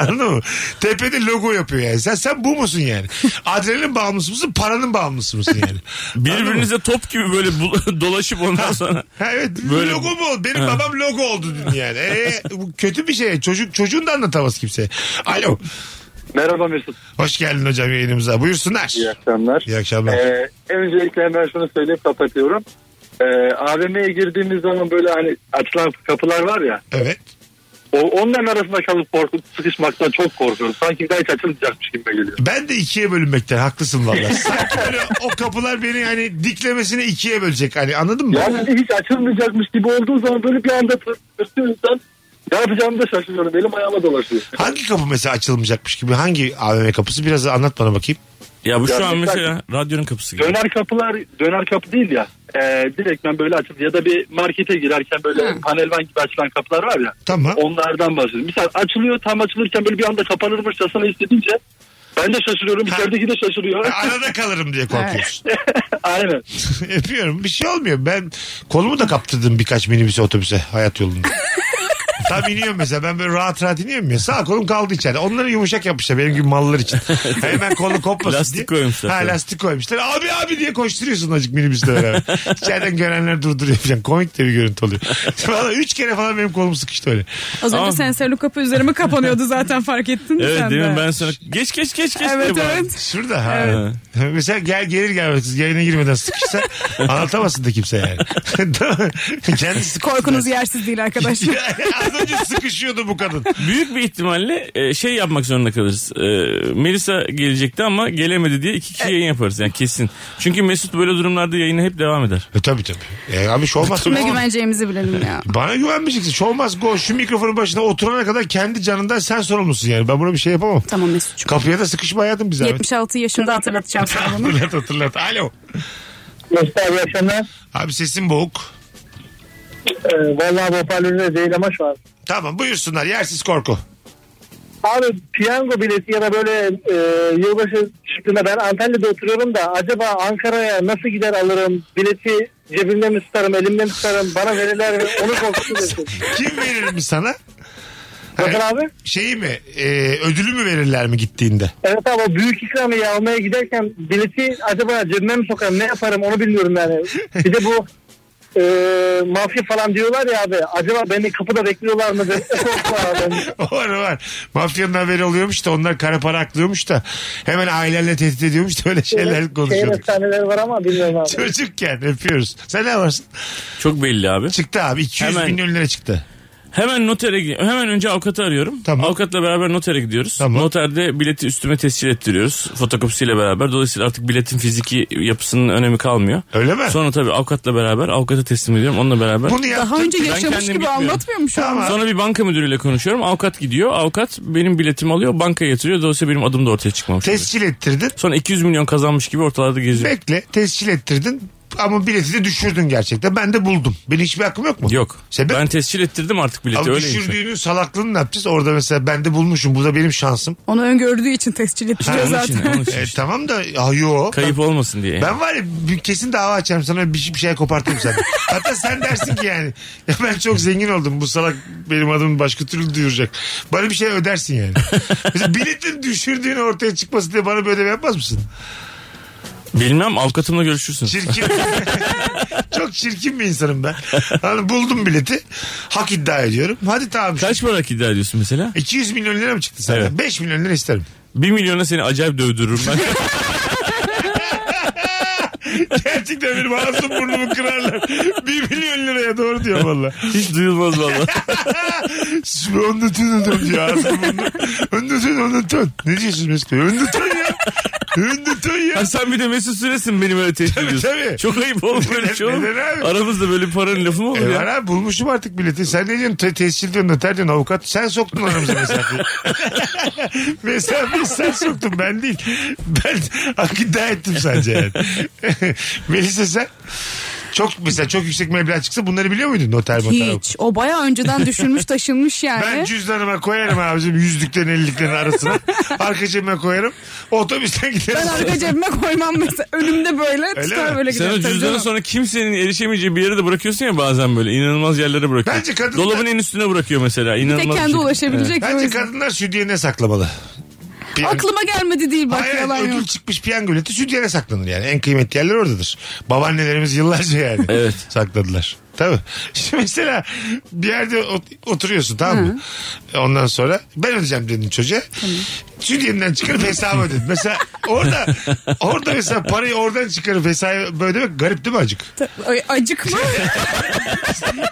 Anladın mı? Tepede logo yapıyor yani. Sen, sen bu musun yani? Adrenalin bağımlısı mısın? Paranın bağımlısı mısın yani? Birbirinize top gibi böyle bul- dolaşıp ondan sonra. Ha, evet Böyle- logo mu oldu? Benim Ha. babam logo oldu dün yani. Ee, bu kötü bir şey. Çocuk, çocuğun da anlatamaz kimse. Alo. Merhaba Mesut. Hoş geldin hocam yayınımıza. Buyursunlar. İyi akşamlar. İyi akşamlar. Ee, öncelikle hemen şunu söyleyip kapatıyorum. Ee, AVM'ye girdiğimiz zaman böyle hani açılan kapılar var ya. Evet. O, onların arasında kalıp korkup sıkışmaktan çok korkuyorum. Sanki daha hiç açılmayacakmış gibi geliyor. Ben de ikiye bölünmekten haklısın valla. Sanki böyle o kapılar beni hani diklemesine ikiye bölecek hani anladın mı? Yani hiç açılmayacakmış gibi olduğu zaman böyle bir anda tır- tırtıyorsan ne yapacağımı da şaşırıyorum. Elim ayağıma dolaşıyor. Hangi kapı mesela açılmayacakmış gibi? Hangi AVM kapısı? Biraz da anlat bana bakayım. Ya bu şu Ya an mesela- mesela radyonun kapısı gibi. Döner kapılar döner kapı değil ya. Ee, direktmen böyle açıldı ya da bir markete girerken böyle panelvan gibi açılan kapılar var ya. Tamam. Onlardan bahsediyorum. Misal açılıyor tam açılırken böyle bir anda kapanırmışçasına hissedince ben de şaşırıyorum. İçerideki de şaşırıyor. Ha, Arada kalırım diye korkuyorsun. Aynen. Öpüyorum. Bir şey olmuyor. Ben kolumu da kaptırdım birkaç minibüse otobüse hayat yolunda. Tam iniyorum mesela ben böyle rahat rahat iniyorum ya sağ kolum kaldı içeride. Onları yumuşak yapmışlar benim gibi mallar için. Hemen kolu kopmasın Lastik diye. koymuşlar Ha, falan. lastik koymuşlar. Abi abi diye koşturuyorsun acık minibüste beraber. İçeriden görenler durduruyor falan. Komik de bir görüntü oluyor. Valla üç kere falan benim kolum sıkıştı öyle. Az önce Ama- sensörlü kapı üzerime kapanıyordu zaten fark ettin mi sen Evet değil de? mi ben sana geç geç geç geç Evet, diye bağırdım. evet. Şurada ha. Mesela gel gelir gelmez yayına girmeden sıkışsa anlatamazsın da kimse yani. Değil mi? Kendisi Korkunuz yersiz değil arkadaşlar. Az önce sıkışıyordu bu kadın. Büyük bir ihtimalle e, şey yapmak zorunda kalırız. E, Melisa gelecekti ama gelemedi diye iki E- kişi yayın yaparız yani kesin. Çünkü Mesut böyle durumlarda yayına hep devam eder. E, tabii tabii. E, abi şu olmaz. Kime güveneceğimizi bilelim ya. Bana güvenmeyeceksin. Show must go. Şu mikrofonun başına oturana kadar kendi canından sen sorumlusun yani. Ben buna bir şey yapamam. Tamam Mesut'cum. Kapıya da sıkışma hayatım bize. 76 yaşında hatırlatacağım sana bunu. hatırlat hatırlat. Alo. Mesut abi akşamlar. Abi sesin boğuk. e, vallahi bu hoparlörde değil ama şu an. Tamam buyursunlar. Yersiz korku. Abi piyango bileti ya da böyle e, yılbaşı çıktığında ben Antalya'da oturuyorum da acaba Ankara'ya nasıl gider alırım? Bileti cebimde mi tutarım, elimde mi tutarım? Bana verirler mi? Onu korkutuyorsun. Kim verir mi sana? Bakın abi. Şeyi mi? e, ödülü mü verirler mi gittiğinde? Evet abi o büyük ikramiye almaya giderken bileti acaba cebime mi sokarım ne yaparım onu bilmiyorum yani. Bir de bu e, mafya falan diyorlar ya abi. Acaba beni kapıda bekliyorlar mı? diye korku var abi. var var. Mafyanın haberi oluyormuş da onlar kara para aklıyormuş da hemen ailelerle tehdit ediyormuş da öyle şeyler Şehir konuşuyorduk. efsaneleri var ama bilmiyorum abi. Çocukken öpüyoruz. Sen ne varsın? Çok belli abi. Çıktı abi 200 Hemen. bin lira çıktı. Hemen notere gi- hemen önce avukatı arıyorum. Avukatla beraber notere gidiyoruz. Noterde bileti üstüme tescil ettiriyoruz fotokopisiyle beraber. Dolayısıyla artık biletin fiziki yapısının önemi kalmıyor. Öyle mi? Sonra tabii avukatla beraber avukata teslim ediyorum onunla beraber. Daha önce Ben yaşamış kendim gibi gitmiyorum. anlatmıyor mu şu an? Sonra bir banka müdürüyle konuşuyorum. Avukat gidiyor. Avukat benim biletimi alıyor. Bankaya yatırıyor. Dolayısıyla benim adım da ortaya çıkmamış. Tescil ettirdin. Sonra 200 milyon kazanmış gibi ortalarda geziyor. Bekle tescil ettirdin ama bileti de düşürdün gerçekten. Ben de buldum. Benim hiçbir hakkım yok mu? Yok. Ben tescil ettirdim artık bileti. Abi öyleymiş. düşürdüğünün salaklığını ne yapacağız? Orada mesela ben de bulmuşum. Bu da benim şansım. Onu öngördüğü için tescil ettiriyor onun için, zaten. E, tamam da ya, yo. Kayıp olmasın diye. Ben var ya bir- kesin dava açarım sana bir, şey- bir şey kopartayım sana. Hatta sen dersin ki yani ya ben çok zengin oldum bu salak benim adımı başka türlü duyuracak. Bana bir şey ödersin yani. Mesela biletin düşürdüğünü ortaya çıkması diye bana bir ödeme yapmaz mısın? Bilmem avukatımla görüşürsün. Çirkin. çok çirkin bir insanım ben. Hani buldum bileti. Hak iddia ediyorum. Hadi tamam. Kaç para hak iddia ediyorsun mesela? 200 milyon lira mı çıktı sana? Evet. 5 milyon lira isterim. 1 milyona seni acayip dövdürürüm ben. Gerçekten benim ağzım burnumu kırarlar. 1 milyon liraya doğru diyor valla. Hiç duyulmaz valla. Şimdi Anlatın anlatın ya ağzım burnu. Anlatın anlatın. Ne diyorsun Mesut Bey? Anlatın ya. Anlatın ya. Ha sen bir de Mesut Süresin benim öyle tehdit ediyorsun. tabii. Çok ayıp oğlum böyle bir şey olur. Neden abi? Aramızda böyle bir paranın lafı mı olur E ya? var abi bulmuşum artık bileti. Sen ne diyorsun? Te tescil diyorsun, noter diyorsun, avukat. Sen soktun aramıza mesafeyi. mesafeyi sen soktun ben değil. Ben hak iddia ettim sadece yani. Melisa sen çok mesela çok yüksek meblağ çıksa bunları biliyor muydun noter noter avukat? Hiç. O bayağı önceden düşünmüş taşınmış yani. Ben cüzdanıma koyarım abicim yüzlüklerin elliklerin arasına. Arka cebime koyarım. Otobüsten giderim. Ben arka cebime koymam mesela. Önümde böyle Öyle mi? çıkar böyle Sen o giderim. Tabii cüzdanı canım. sonra kimsenin erişemeyeceği bir yere de bırakıyorsun ya bazen böyle inanılmaz yerlere bırakıyor. Bence kadınlar- Dolabın en üstüne bırakıyor mesela. Bir İnanılmaz tek bir kendi şey. ulaşabilecek. o Bence yüzden. kadınlar sütyene saklamalı. Bir- Aklıma gelmedi değil bak Hayır, yalan yok. ödül çıkmış piyango bileti sütyene saklanır yani. En kıymetli yerler oradadır. Babaannelerimiz yıllarca yani sakladılar. Tabii. Şimdi mesela bir yerde ot- oturuyorsun tamam mı? Ondan sonra ben ödeyeceğim dedin çocuğa. Sütyeninden çıkarıp hesabı ödedin. Mesela orada orada mesela parayı oradan çıkarıp hesabı böyle demek garip değil mi acık? Ay, Acık mı?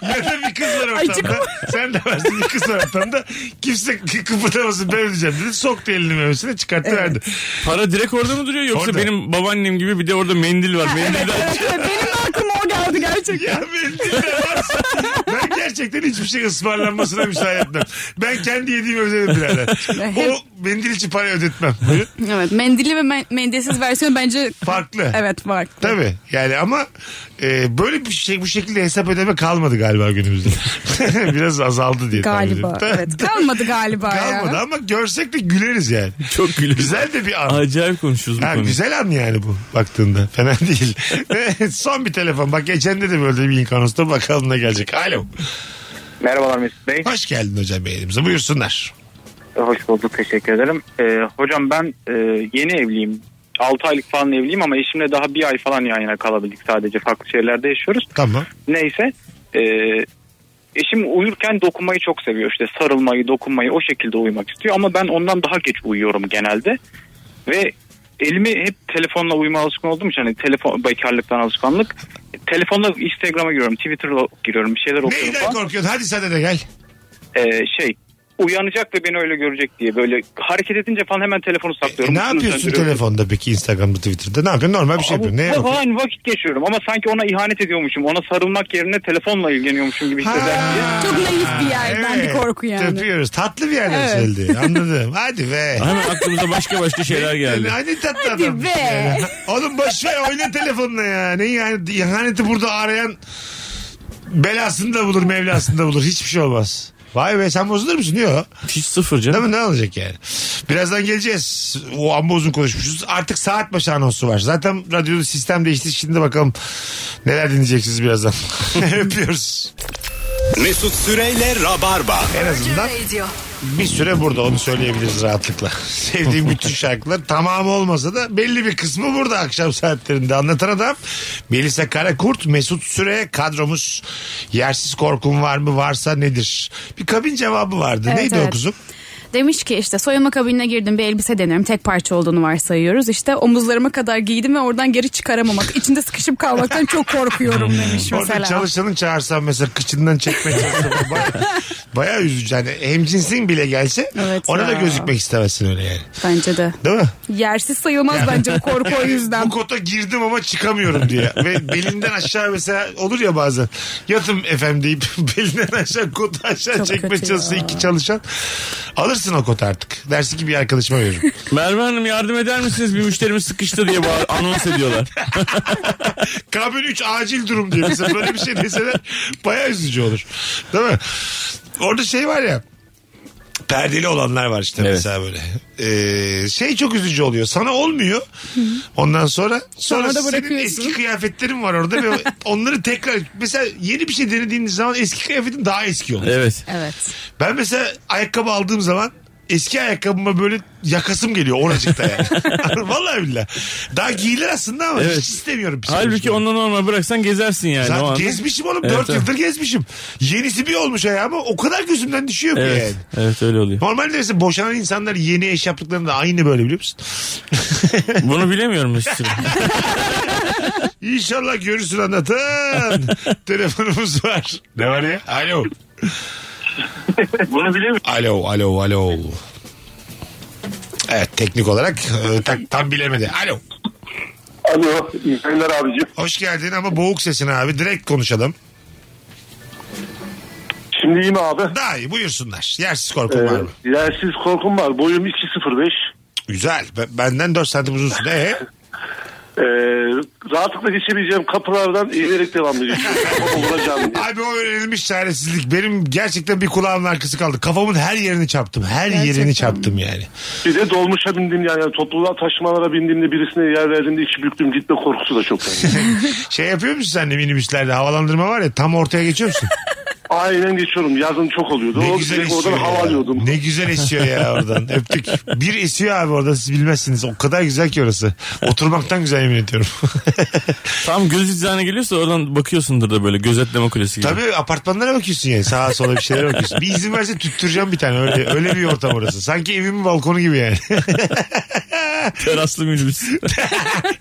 ya da bir kız var Acık ortamda. mı? Sen de varsın bir kız var ortamda. Kimse kıpırdamasın ben ödeyeceğim dedi. Soktu elini memesine çıkarttı verdi. Para direkt orada mı duruyor yoksa Orada. benim babaannem gibi bir de orada mendil var. Mendilden Evet, evet, benim de aklıma o geldi gerçekten. Ya benim de varsa ben gerçekten hiçbir şey ısmarlanmasına müsaade etmem. Ben kendi yediğimi öderim birader. O mendil için para ödetmem. Buyurun. Evet mendilli ve men- mendilsiz versiyonu bence Farklı. evet var. Tabii yani ama e, böyle bir şey bu şekilde hesap ödeme kalmadı galiba günümüzde. Biraz azaldı diye. tahmin Galiba ediyorum. evet. Kalmadı galiba Kalmadı ya. ama görsek de güleriz yani. çok gülüyor. Güzel de bir an. Acayip konuşuyoruz bu Ha, konuyu. güzel an yani bu baktığında. Fena değil. Son bir telefon. Bak geçen de de böyle bir inkanosta bakalım ne gelecek. Alo. Merhabalar Mesut Bey. Hoş geldin hocam beynimize. Buyursunlar. Hoş bulduk teşekkür ederim. Ee, hocam ben e, yeni evliyim. 6 aylık falan evliyim ama eşimle daha bir ay falan yan yana kalabildik sadece. Farklı şehirlerde yaşıyoruz. Tamam. Neyse e, eşim uyurken dokunmayı çok seviyor. İşte sarılmayı, dokunmayı o şekilde uyumak istiyor. Ama ben ondan daha geç uyuyorum genelde. Ve elimi hep telefonla uyuma alışkın olduğum için hani telefon bekarlıktan alışkanlık. Telefonla Instagram'a giriyorum, Twitter'a giriyorum, bir şeyler okuyorum Neyden falan. korkuyorsun? Hadi sen de gel. Ee, şey uyanacak ve beni öyle görecek diye böyle hareket edince falan hemen telefonu E, saklıyorum. ne yapıyorsun telefonda peki Instagram'da Twitter'da? Ne yapıyorsun? Normal bir şey yapıyorsun. Neye bakıyorsun? Falan vakit geçiriyorum ama sanki ona ihanet ediyormuşum. Ona sarılmak yerine telefonla ilgileniyormuşum gibi hissederim. Çok naif bir yerden bir korku yani. Öpüyoruz. Tatlı bir yerden Evet. söyledi. Anladım. Hadi be. Hemen aklımıza başka başka şeyler geldi. Hani tatlı Hadi adam. be. Yani. Oğlum boş ver oyna telefonla ya. Ne yani ihaneti burada arayan belasını da bulur mevlasını da bulur. Hiçbir şey olmaz. Vay be sen bozulur musun? Yok. Hiç sıfır Değil mi? canım. Ne olacak yani? Birazdan geleceğiz. O amma uzun konuşmuşuz. Artık saat başı anonsu var. Zaten radyoda sistem değişti. Şimdi bakalım neler dinleyeceksiniz birazdan. Öpüyoruz. Mesut Süreyle Rabarba. En azından bir süre burada onu söyleyebiliriz rahatlıkla. Sevdiğim bütün şarkılar tamamı olmasa da belli bir kısmı burada akşam saatlerinde anlatan adam. Melisa Karakurt, Mesut Süre kadromuz. Yersiz korkum var mı varsa nedir? Bir kabin cevabı vardı. Evet, Neydi o evet. kuzum? Demiş ki işte soyunma kabinine girdim bir elbise deniyorum. Tek parça olduğunu varsayıyoruz. İşte omuzlarıma kadar giydim ve oradan geri çıkaramamak. İçinde sıkışıp kalmaktan çok korkuyorum demiş Orada mesela. çalışanın çağırsan mesela kıçından çekmeye çalışsan baya, bayağı üzücü. Yani hemcinsin bile gelse ona da ya. gözükmek istemezsin öyle yani. Bence de. Değil mi? Yersiz sayılmaz bence bu korku o yüzden. Bu kota girdim ama çıkamıyorum diye. Ve belinden aşağı mesela olur ya bazen. Yatım efendim deyip belinden aşağı kotu aşağı Çok çekme kötü çalışsa ya. iki çalışan. Alırsın o kotu artık. Dersi ki bir arkadaşıma veririm. Merve Hanım yardım eder misiniz? Bir müşterimiz sıkıştı diye bağır, anons ediyorlar. Kabin 3 acil durum diye mesela böyle bir şey deseler bayağı üzücü olur. Değil mi? Orada şey var ya perdeli olanlar var işte mesela böyle. Ee, şey çok üzücü oluyor. Sana olmuyor. Ondan sonra sonra, Sonra da senin bırakıyorsun. eski kıyafetlerin var orada ve onları tekrar mesela yeni bir şey denediğiniz zaman eski kıyafetin daha eski oluyor. Evet. Evet. Ben mesela ayakkabı aldığım zaman eski ayakkabıma böyle yakasım geliyor oracıkta yani. Vallahi billahi. Daha giyilir aslında ama Evet. hiç istemiyorum. Halbuki ondan normal bıraksan gezersin yani Zaten o anda. gezmişim oğlum. Evet, Dört evet. yıldır gezmişim. Yenisi bir olmuş ayağıma. O kadar gözümden düşüyor ki Evet, yani. evet öyle oluyor. Normalde mesela boşanan insanlar yeni eş yaptıklarında aynı böyle biliyor musun? Bunu bilemiyorum Mesut'um. İnşallah görürsün anlatın. Telefonumuz var. Ne var ya? Alo. Bunu biliyor Alo, alo, alo. Evet teknik olarak e, tak- tam bilemedi. Alo. Alo, iyi günler abicim. Hoş geldin ama boğuk sesin abi. Direkt konuşalım. Şimdi iyi mi abi? Daha iyi buyursunlar. Yersiz korkum var mı? Yersiz korkum var. Boyum 2.05. Güzel. B- benden 4 santim uzunsun. Ee? Ee, rahatlıkla geçebileceğim kapılardan eğilerek devam ediyorum. Olacağım diye. Abi o öğrenilmiş çaresizlik. Benim gerçekten bir kulağımın arkası kaldı. Kafamın her yerini çarptım. Her yerini çarptım yani. Bir de dolmuşa bindim yani, yani toplu taşımalara bindiğimde birisine yer verdiğimde içi büktüm gitme korkusu da çok. şey yapıyor musun sen de minibüslerde havalandırma var ya tam ortaya geçiyor musun? Aynen geçiyorum. Yazın çok oluyordu. Ne o güzel direkt oradan esiyor hava ya. alıyordum. Ne güzel esiyor ya oradan. Öptük. Bir esiyor abi orada siz bilmezsiniz. O kadar güzel ki orası. Oturmaktan güzel yemin ediyorum. Tam göz hizana geliyorsa oradan bakıyorsundur da böyle gözetleme kulesi gibi. Tabii apartmanlara bakıyorsun yani. Sağa sola bir şeylere bakıyorsun. Bir izin verse tüttüreceğim bir tane. Öyle, öyle bir ortam orası. Sanki evimin balkonu gibi yani. Teraslı minibüs.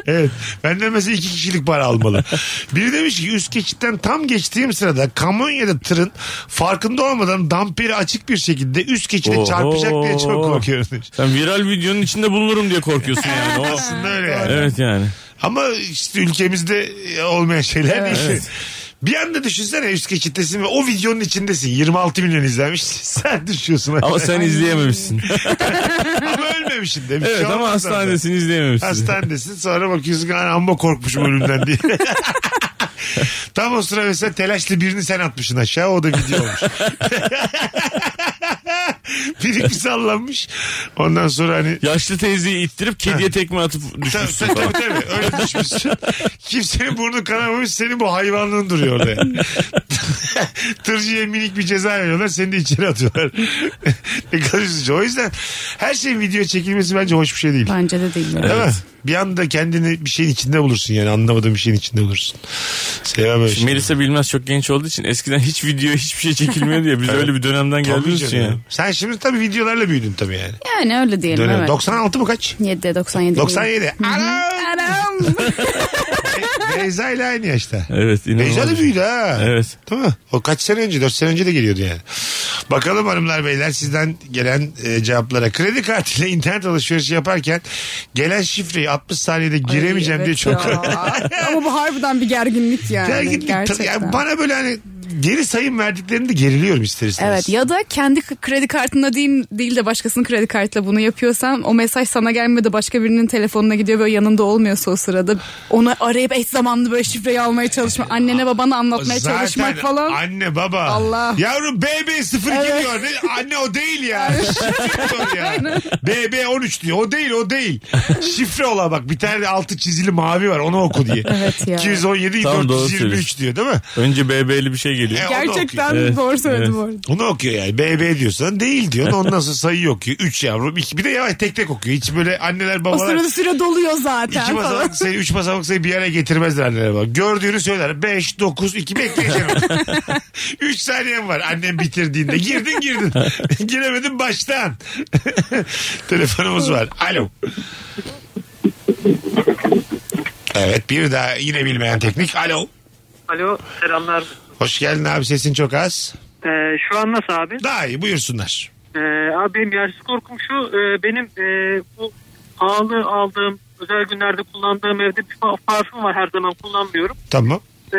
evet. Benden mesela iki kişilik para almalı. Biri demiş ki üst geçitten tam geçtiğim sırada kamyonyada tırın farkında olmadan damperi açık bir şekilde üst geçide Oho. çarpacak diye çok korkuyorum demiş. Sen viral videonun içinde bulunurum diye korkuyorsun yani. O... Aslında öyle yani. Evet yani. Ama işte ülkemizde e, olmayan şeyler Evet. değil. Evet. Bir anda düşünsene üst geçittesin ve o videonun içindesin. 26 milyon izlenmiş. Sen düşüyorsun. Ama sen izleyememişsin. ama ölmemişsin demiş. Evet ama hastanedesin izleyememişsin. Hastanedesin sonra bakıyorsun ki "Ana, amma korkmuşum ölümden diye. Tam o sıra mesela telaşlı birini sen atmışsın aşağı o da video olmuş. Biri bir sallanmış. Ondan sonra hani... Yaşlı teyzeyi ittirip kediye tekme atıp düşmüşsün Tabii falan. tabii, tabii. öyle düşmüşsün. Kimsenin burnu kanamamış senin bu hayvanlığın duruyor orada. yani. Tırcıya minik bir ceza veriyorlar seni de içeri atıyorlar. ne kadar üzücü. O yüzden her şeyin video çekilmesi bence hoş bir şey değil. Bence de değil. Değil mi? Bir anda kendini bir şeyin içinde bulursun yani anlamadığın bir şeyin içinde bulursun. Sevmem öyle Şimdi şey. Melisa bilmez çok genç olduğu için eskiden hiç video hiçbir şey çekilmiyor diye biz Evet. öyle bir dönemden Tabii geldiğimiz canım için yani. Sen şimdi tabii videolarla büyüdün tabii yani. Yani öyle diyelim Dönem. evet. 96 mı kaç? 7 97. 97. Hı hı. Anam. Beyza ile aynı yaşta. Evet inanılmaz. Beyza da büyüdü ha. Evet. Değil mi? O kaç sene önce? 4 sene önce de geliyordu yani. Bakalım hanımlar beyler sizden gelen e, cevaplara. Kredi kartıyla internet alışverişi yaparken gelen şifreyi 60 saniyede giremeyeceğim evet diye çok... ya. Ama bu harbiden bir gerginlik yani. Gerginlik tabii. gerçekten. Yani bana böyle hani geri sayım verdiklerinde geriliyorum ister istemez. Evet ya da kendi k- kredi kartına değil, değil de başkasının kredi kartıyla bunu yapıyorsan o mesaj sana gelmedi başka birinin telefonuna gidiyor böyle yanında olmuyorsa o sırada onu arayıp eş zamanlı böyle şifreyi almaya çalışma annene babana anlatmaya çalışmak falan. Anne baba. Allah. Yavrum BB02 Evet. diyor. Ne, Anne o değil ya. Şifre o ya. BB13 diyor. O değil o değil. Şifre ola bak. Bir tane de altı çizili mavi var. Onu oku diye. Evet ya. 217 Tam doğru 423 söylüyorsun. diyor değil mi? Önce BB'li bir şey geliyor. E, o da Gerçekten okuyor. doğru söyledim bu arada. Onu okuyor yani. BB diyorsan değil diyor. Ondan sonra sayı okuyor. 3 yavrum. iki. Bir de yavaş tek tek okuyor. Hiç böyle anneler O babalar. sırada süre doluyor zaten İki falan. basamak sayı, üç basamak sayı bir araya getirmezler anneler bak. Gördüğünü söyler. Beş, dokuz, iki bekleyeceğim. üç saniyem var annem bitirdiğinde. Girdin girdin. Giremedin baştan. Telefonumuz var. Alo. Evet bir daha yine bilmeyen teknik. Alo. Alo selamlar. Hoş geldin abi sesin çok az. Ee, şu an nasıl abi? Daha iyi buyursunlar. Ee, abi benim yersiz korkum şu. e, benim e, bu pahalı aldığım özel günlerde kullandığım evde bir pa- parfüm var her zaman kullanmıyorum. Tamam. Ee,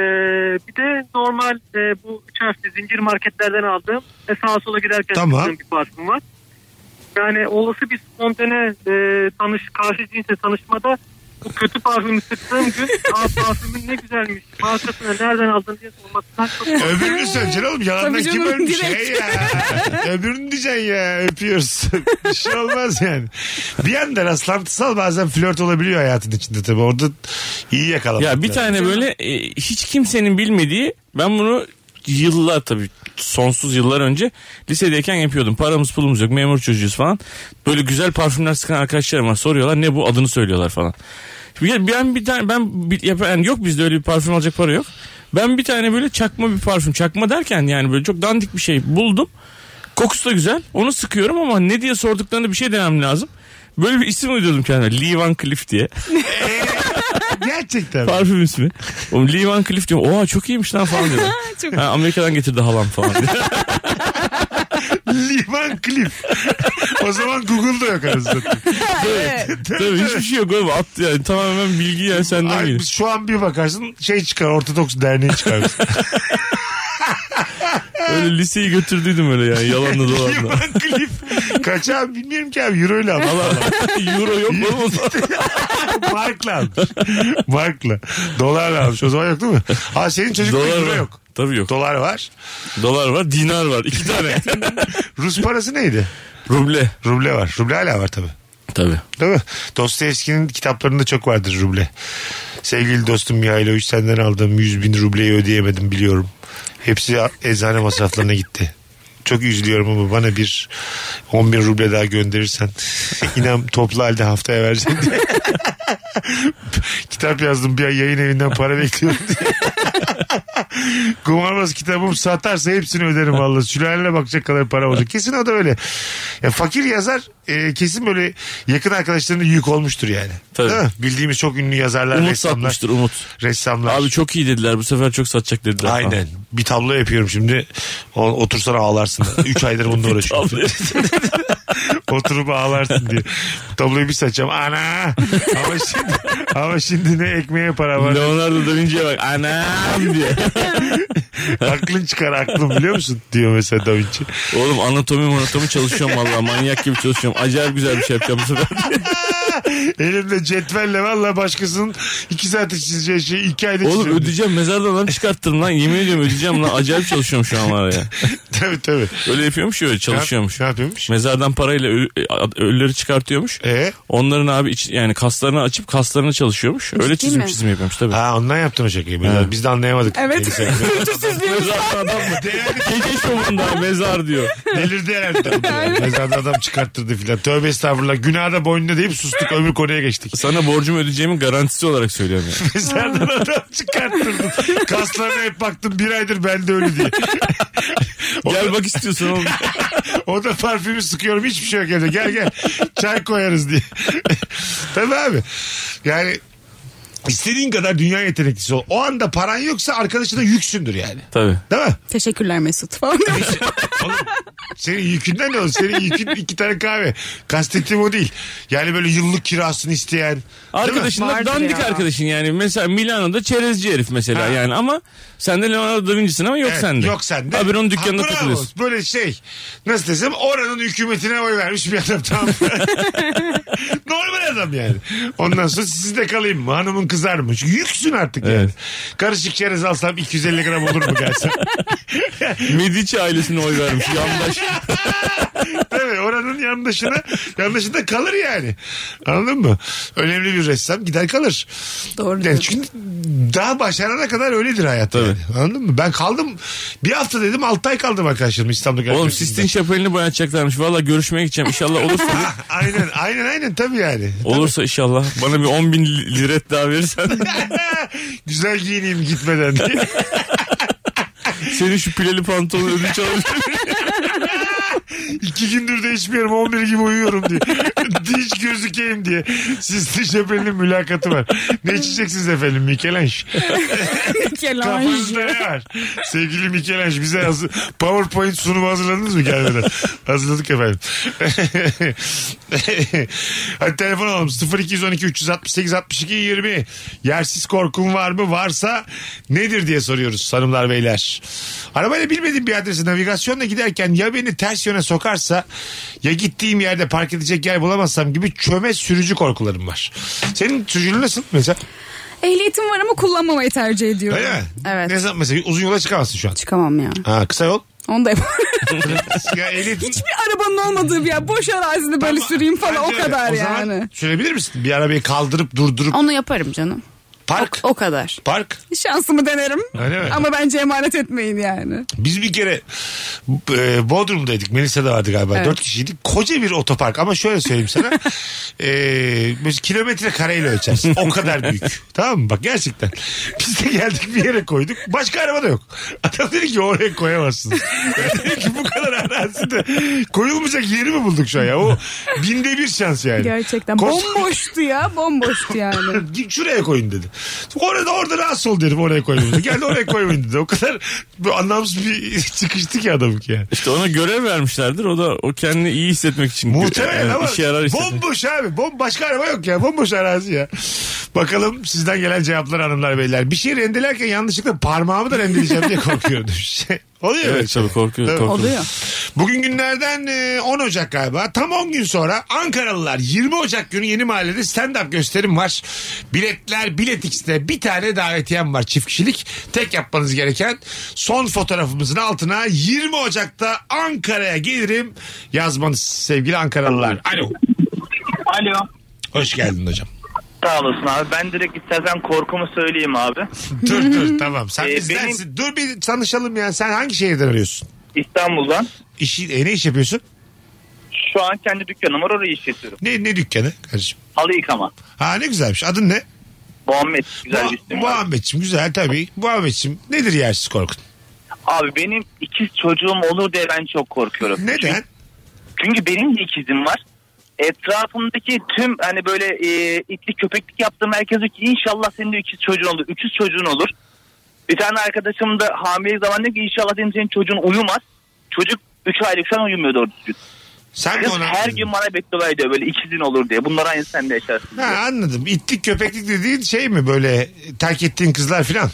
bir de normal e, bu üç harfli zincir marketlerden aldığım ve sağa sola giderken Tamam. sıktığım bir parfüm var. Yani olası bir spontane e, tanış karşı cinsle tanışmada bu kötü parfümü sıktığım gün Aa, parfümün ne güzelmiş markasını nereden aldın diye sormasından çok Öbürünü söyleyeceksin oğlum. Yalandan Ee, Tabii kim canım, ölmüş? direkt. Hey ya. Öbürünü diyeceksin ya. Öpüyoruz. bir şey olmaz yani. Bir anda rastlantısal bazen flört olabiliyor hayatın içinde tabii. Orada iyi yakalamak. Ya bir lazım. tane böyle e, hiç kimsenin bilmediği ben bunu yıllar tabii sonsuz yıllar önce lisedeyken yapıyordum. Paramız pulumuz yok memur çocuğuyuz falan. Böyle güzel parfümler sıkan arkadaşlarım var soruyorlar ne bu adını söylüyorlar falan. Bir- Ben bir tane ben bir- ya ben- yok bizde öyle bir parfüm alacak para yok. Ben bir tane böyle çakma bir parfüm çakma derken yani böyle çok dandik bir şey buldum. Kokusu da güzel. Onu sıkıyorum ama ne diye sorduklarında bir şey denemem lazım. Böyle bir isim uydurdum kendime. Lee Van Cleef diye. Gerçekten. Parfüm ismi. Oğlum Lee Van Cleef diyorum. Oha çok iyiymiş lan falan diyorlar. Çok Ha, Amerika'dan getirdi halam falan. Liman Cliff. o zaman Google'da yok arasında. Tabii hiçbir şey yok oğlum. At yani tamamen bilgi yani senden Ay, geliyor. biz şu an bir bakarsın şey çıkar Ortodoks Derneği çıkar. şey- Öyle liseyi götürdüydüm öyle yani yalanla dolanla. Liman Cliff. Kaç abi bilmiyorum ki abi Euro ile almış. Euro yok oğlum o zaman. Markla almış. Markla. Dolarla almış. O zaman yok değil mi? Ha senin çocukta Dolar Euro var. şey yok. Tabii yok. Dolar var. Dolar var, dinar var. iki tane. Rus parası neydi? Ruble. Ruble var. Ruble hala var tabii. Tabii. Değil mi? Dostoyevski'nin kitaplarında çok vardır ruble. Sevgili dostum Mihailovic senden aldığım 100 bin rubleyi ödeyemedim biliyorum. Hepsi eczane masraflarına gitti. Çok üzülüyorum ama bana bir 10 bin ruble daha gönderirsen inan toplu halde haftaya vereceğim diye. Kitap yazdım bir ay yayın evinden para bekliyorum diye. Kumarbaz kitabım satarsa hepsini öderim valla. Sülalene bakacak kadar para olacak. Kesin o da öyle. Ya fakir yazar e, kesin böyle yakın arkadaşlarına yük olmuştur yani. Tabii. Değil mi? Bildiğimiz çok ünlü yazarlar, Umut ressamlar. satmıştır Umut. Ressamlar. Abi çok iyi dediler bu sefer çok satacak dediler. falan. Aynen. Bir tablo yapıyorum şimdi. O- Otursana ağlarsın. 3 aydır bununla uğraşıyorum. Oturup ağlarsın diye. Tabloyu bir saçacağım. Ana! Ama şimdi, ama şimdi ne ekmeğe para var. Leonardo da Vinci'ye bak anam diye. aklın çıkar aklın biliyor musun? Diyor mesela Da Vinci. Oğlum anatomi anatomi çalışıyorum valla manyak gibi çalışıyorum. Acayip güzel bir şey yapacağım bu sefer. Elimde cetvelle valla başkasının 2 saate çizeceği şeyi 2 ayda Oğlum çiziyorum. ödeyeceğim mezardan lan çıkarttım lan yemin ediyorum ödeyeceğim lan acayip çalışıyorum şu an var ya. tabii tabii. Öyle yapıyormuş ya öyle çalışıyormuş. Ne yapıyormuş? Mezardan parayla ölü- e, ölüleri çıkartıyormuş. E? Onların abi iç- yani kaslarını açıp kaslarını çalışıyormuş. Öyle Ciddi çizim mi? çizim yapıyormuş tabii. Ha ondan yaptın o şekilde. Biz, biz de anlayamadık. Evet. Kültürsüzlüğümüz var. Gece şovunda mezar diyor. Delirdi herhalde. Mezarda adam çıkarttırdı filan. Tövbe estağfurullah. Günah da boynuna deyip sustuk. Öbür konuya geçtik. Sana borcumu ödeyeceğimin garantisi olarak söylüyorum yani. Mezardan adam çıkarttırdım. Kaslarına hep baktım bir aydır ben de ölü diye. Gel bak istiyorsan oğlum. O da parfümü sıkıyorum hiçbir şey yok evde. Gel gel çay koyarız diye. Tabii abi. Yani istediğin kadar dünya yeteneklisi ol. O anda paran yoksa arkadaşına yüksündür yani. Tabii. Değil mi? Teşekkürler Mesut falan. Senin yükünden ne olur? Senin yükün iki tane kahve. Kastettiğim o değil. Yani böyle yıllık kirasını isteyen. değil mi? Arkadaşından dandik arkadaşın yani. Mesela Milano'da çerezci herif mesela Ha. yani ama sen de Leonardo da Vinci'sin ama yok Evet, sende. Yok sende. Abi onun Ha, dükkanına bravo. takılıyorsun. Böyle şey nasıl desem oranın hükümetine oy vermiş bir adam tamam. Normal adam yani. Ondan sonra sizde kalayım mı? Hanımın kızarmış. Yüksün artık yani. Karışık çerez alsam 250 gram olur mu gelsin? Medici ailesine oy vermiş yandaş. Tabii oranın yandaşına, yandaşında kalır yani. Anladın mı? Önemli bir ressam gider kalır. Doğru. Yani çünkü daha başarana kadar öyledir hayat. Yani. Anladın mı? Ben kaldım bir hafta dedim 6 ay kaldım arkadaşlarım İstanbul'da. Oğlum Sistine Şapeli'ni boyatacaklarmış. Valla görüşmeye gideceğim. İnşallah olursa. aynen aynen aynen tabii yani. olursa inşallah. Bana bir 10 bin liret daha verirsen. Güzel giyineyim gitmeden diye. Senin şu pileli pantolonu ödünç alırım. İki gündür değişmiyorum 11 gibi uyuyorum diye. Hiç gözükeyim diye. Siz diş efendim mülakatı var. Ne içeceksiniz efendim Mikelenş? Kafanızda ne var? Sevgili Mikelenş bize hazır... PowerPoint sunumu hazırladınız mı gelmeden? Hazırladık efendim. Hadi telefon alalım 0212 368 62 20. Yersiz korkun var mı? Varsa nedir diye soruyoruz hanımlar beyler. Arabayla bilmediğim bir adrese navigasyonla giderken ya beni ters yöne sokarsa ya gittiğim yerde park edecek yer bulamazsam gibi çöme sürücü korkularım var. Senin sürücülüğün nasıl mesela? Ehliyetim var ama kullanmamayı tercih ediyorum. Öyle mi? Evet. Ne zaman mesela uzun yola çıkamazsın şu an. Çıkamam ya. Ha kısa yol. Onu da yapamam. ya ehliyetin- Hiçbir arabanın olmadığı bir yer. Boş arazide böyle süreyim falan o Bence öyle. kadar o yani. Zaman sürebilir misin? Bir arabayı kaldırıp durdurup Onu yaparım canım. park. O kadar. Park. Şansımı denerim. Öyle mi? Ama bence emanet etmeyin yani. Biz bir kere e, Bodrum'daydık. Melisa'da vardı galiba. Evet. Dört kişiydik. Koca bir otopark ama şöyle söyleyeyim sana. e, biz kilometre kareyle ölçersin. O kadar büyük. tamam mı? Bak gerçekten. Biz de geldik bir yere koyduk. Başka araba da yok. Adam dedi ki oraya koyamazsınız. Ben dedim ki bu kadar arazide koyulmayacak yeri mi bulduk şu an ya? O binde bir şans yani. Gerçekten. Koş- Bomboştu ya. Bomboştu yani. Git şuraya koyun dedi. Orada orada rahatsız ol derim oraya koyun dedi. Gel oraya koyun dedi. O kadar bu anlamsız bir çıkıştı ki adamın ki. yani. İşte ona görev vermişlerdir. O da o kendini iyi hissetmek için. Muhtemelen Yani ama işe yarar hissetmek. bomboş abi. Bom başka araba yok ya. Bomboş arazi ya. Bakalım sizden gelen cevaplar hanımlar beyler. Bir şey rendelerken yanlışlıkla parmağımı da rendeleyeceğim diye korkuyorum demiş. Oluyor şey? Evet tabii korkuyor. Tabii. korkuyor. Bugün günlerden e, 10 Ocak galiba. Tam 10 gün sonra Ankaralılar 20 Ocak günü Yeni Mahalle'de stand-up gösterim var. Biletler Bilet X'te bir tane davetiyem var çift kişilik. Tek yapmanız gereken son fotoğrafımızın altına 20 Ocak'ta Ankara'ya gelirim yazmanız sevgili Ankaralılar. Alo. Alo. Hoş geldin hocam. Sağ olasın abi. Ben direkt istersen korkumu söyleyeyim abi. Dur dur tamam. Sen Ee, bizdensin. Dur bir tanışalım ya. Sen hangi şehirden arıyorsun? İstanbul'dan. İşi, e, ne iş yapıyorsun? Şu an kendi dükkanım var orayı işletiyorum. Ne, ne dükkanı kardeşim? Halı yıkama. Ha ne güzelmiş. Adın ne? Muhammed güzel bir Mu- isim. var. Muhammedciğim güzel tabii. Muhammedciğim nedir yersiz korkun? Abi benim ikiz çocuğum olur diye ben çok korkuyorum. Neden? Çünkü, çünkü benim de ikizim var. Etrafımdaki tüm hani böyle e, itlik köpeklik yaptığım herkes diyor ki inşallah senin de ikiz çocuğun olur. Üçüz çocuğun olur. Bir tane arkadaşım da hamile zaman diyor ki inşallah senin, senin çocuğun uyumaz. Çocuk 3 aylık şu an uyumuyor doğru düzgün. Sen Kız ona her gün bana bekliyorlar diyor böyle ikizin olur diye. Bunlar aynı sen de yaşarsın. Ha, anladım. İtlik köpeklik dediğin şey mi böyle terk ettiğin kızlar filan?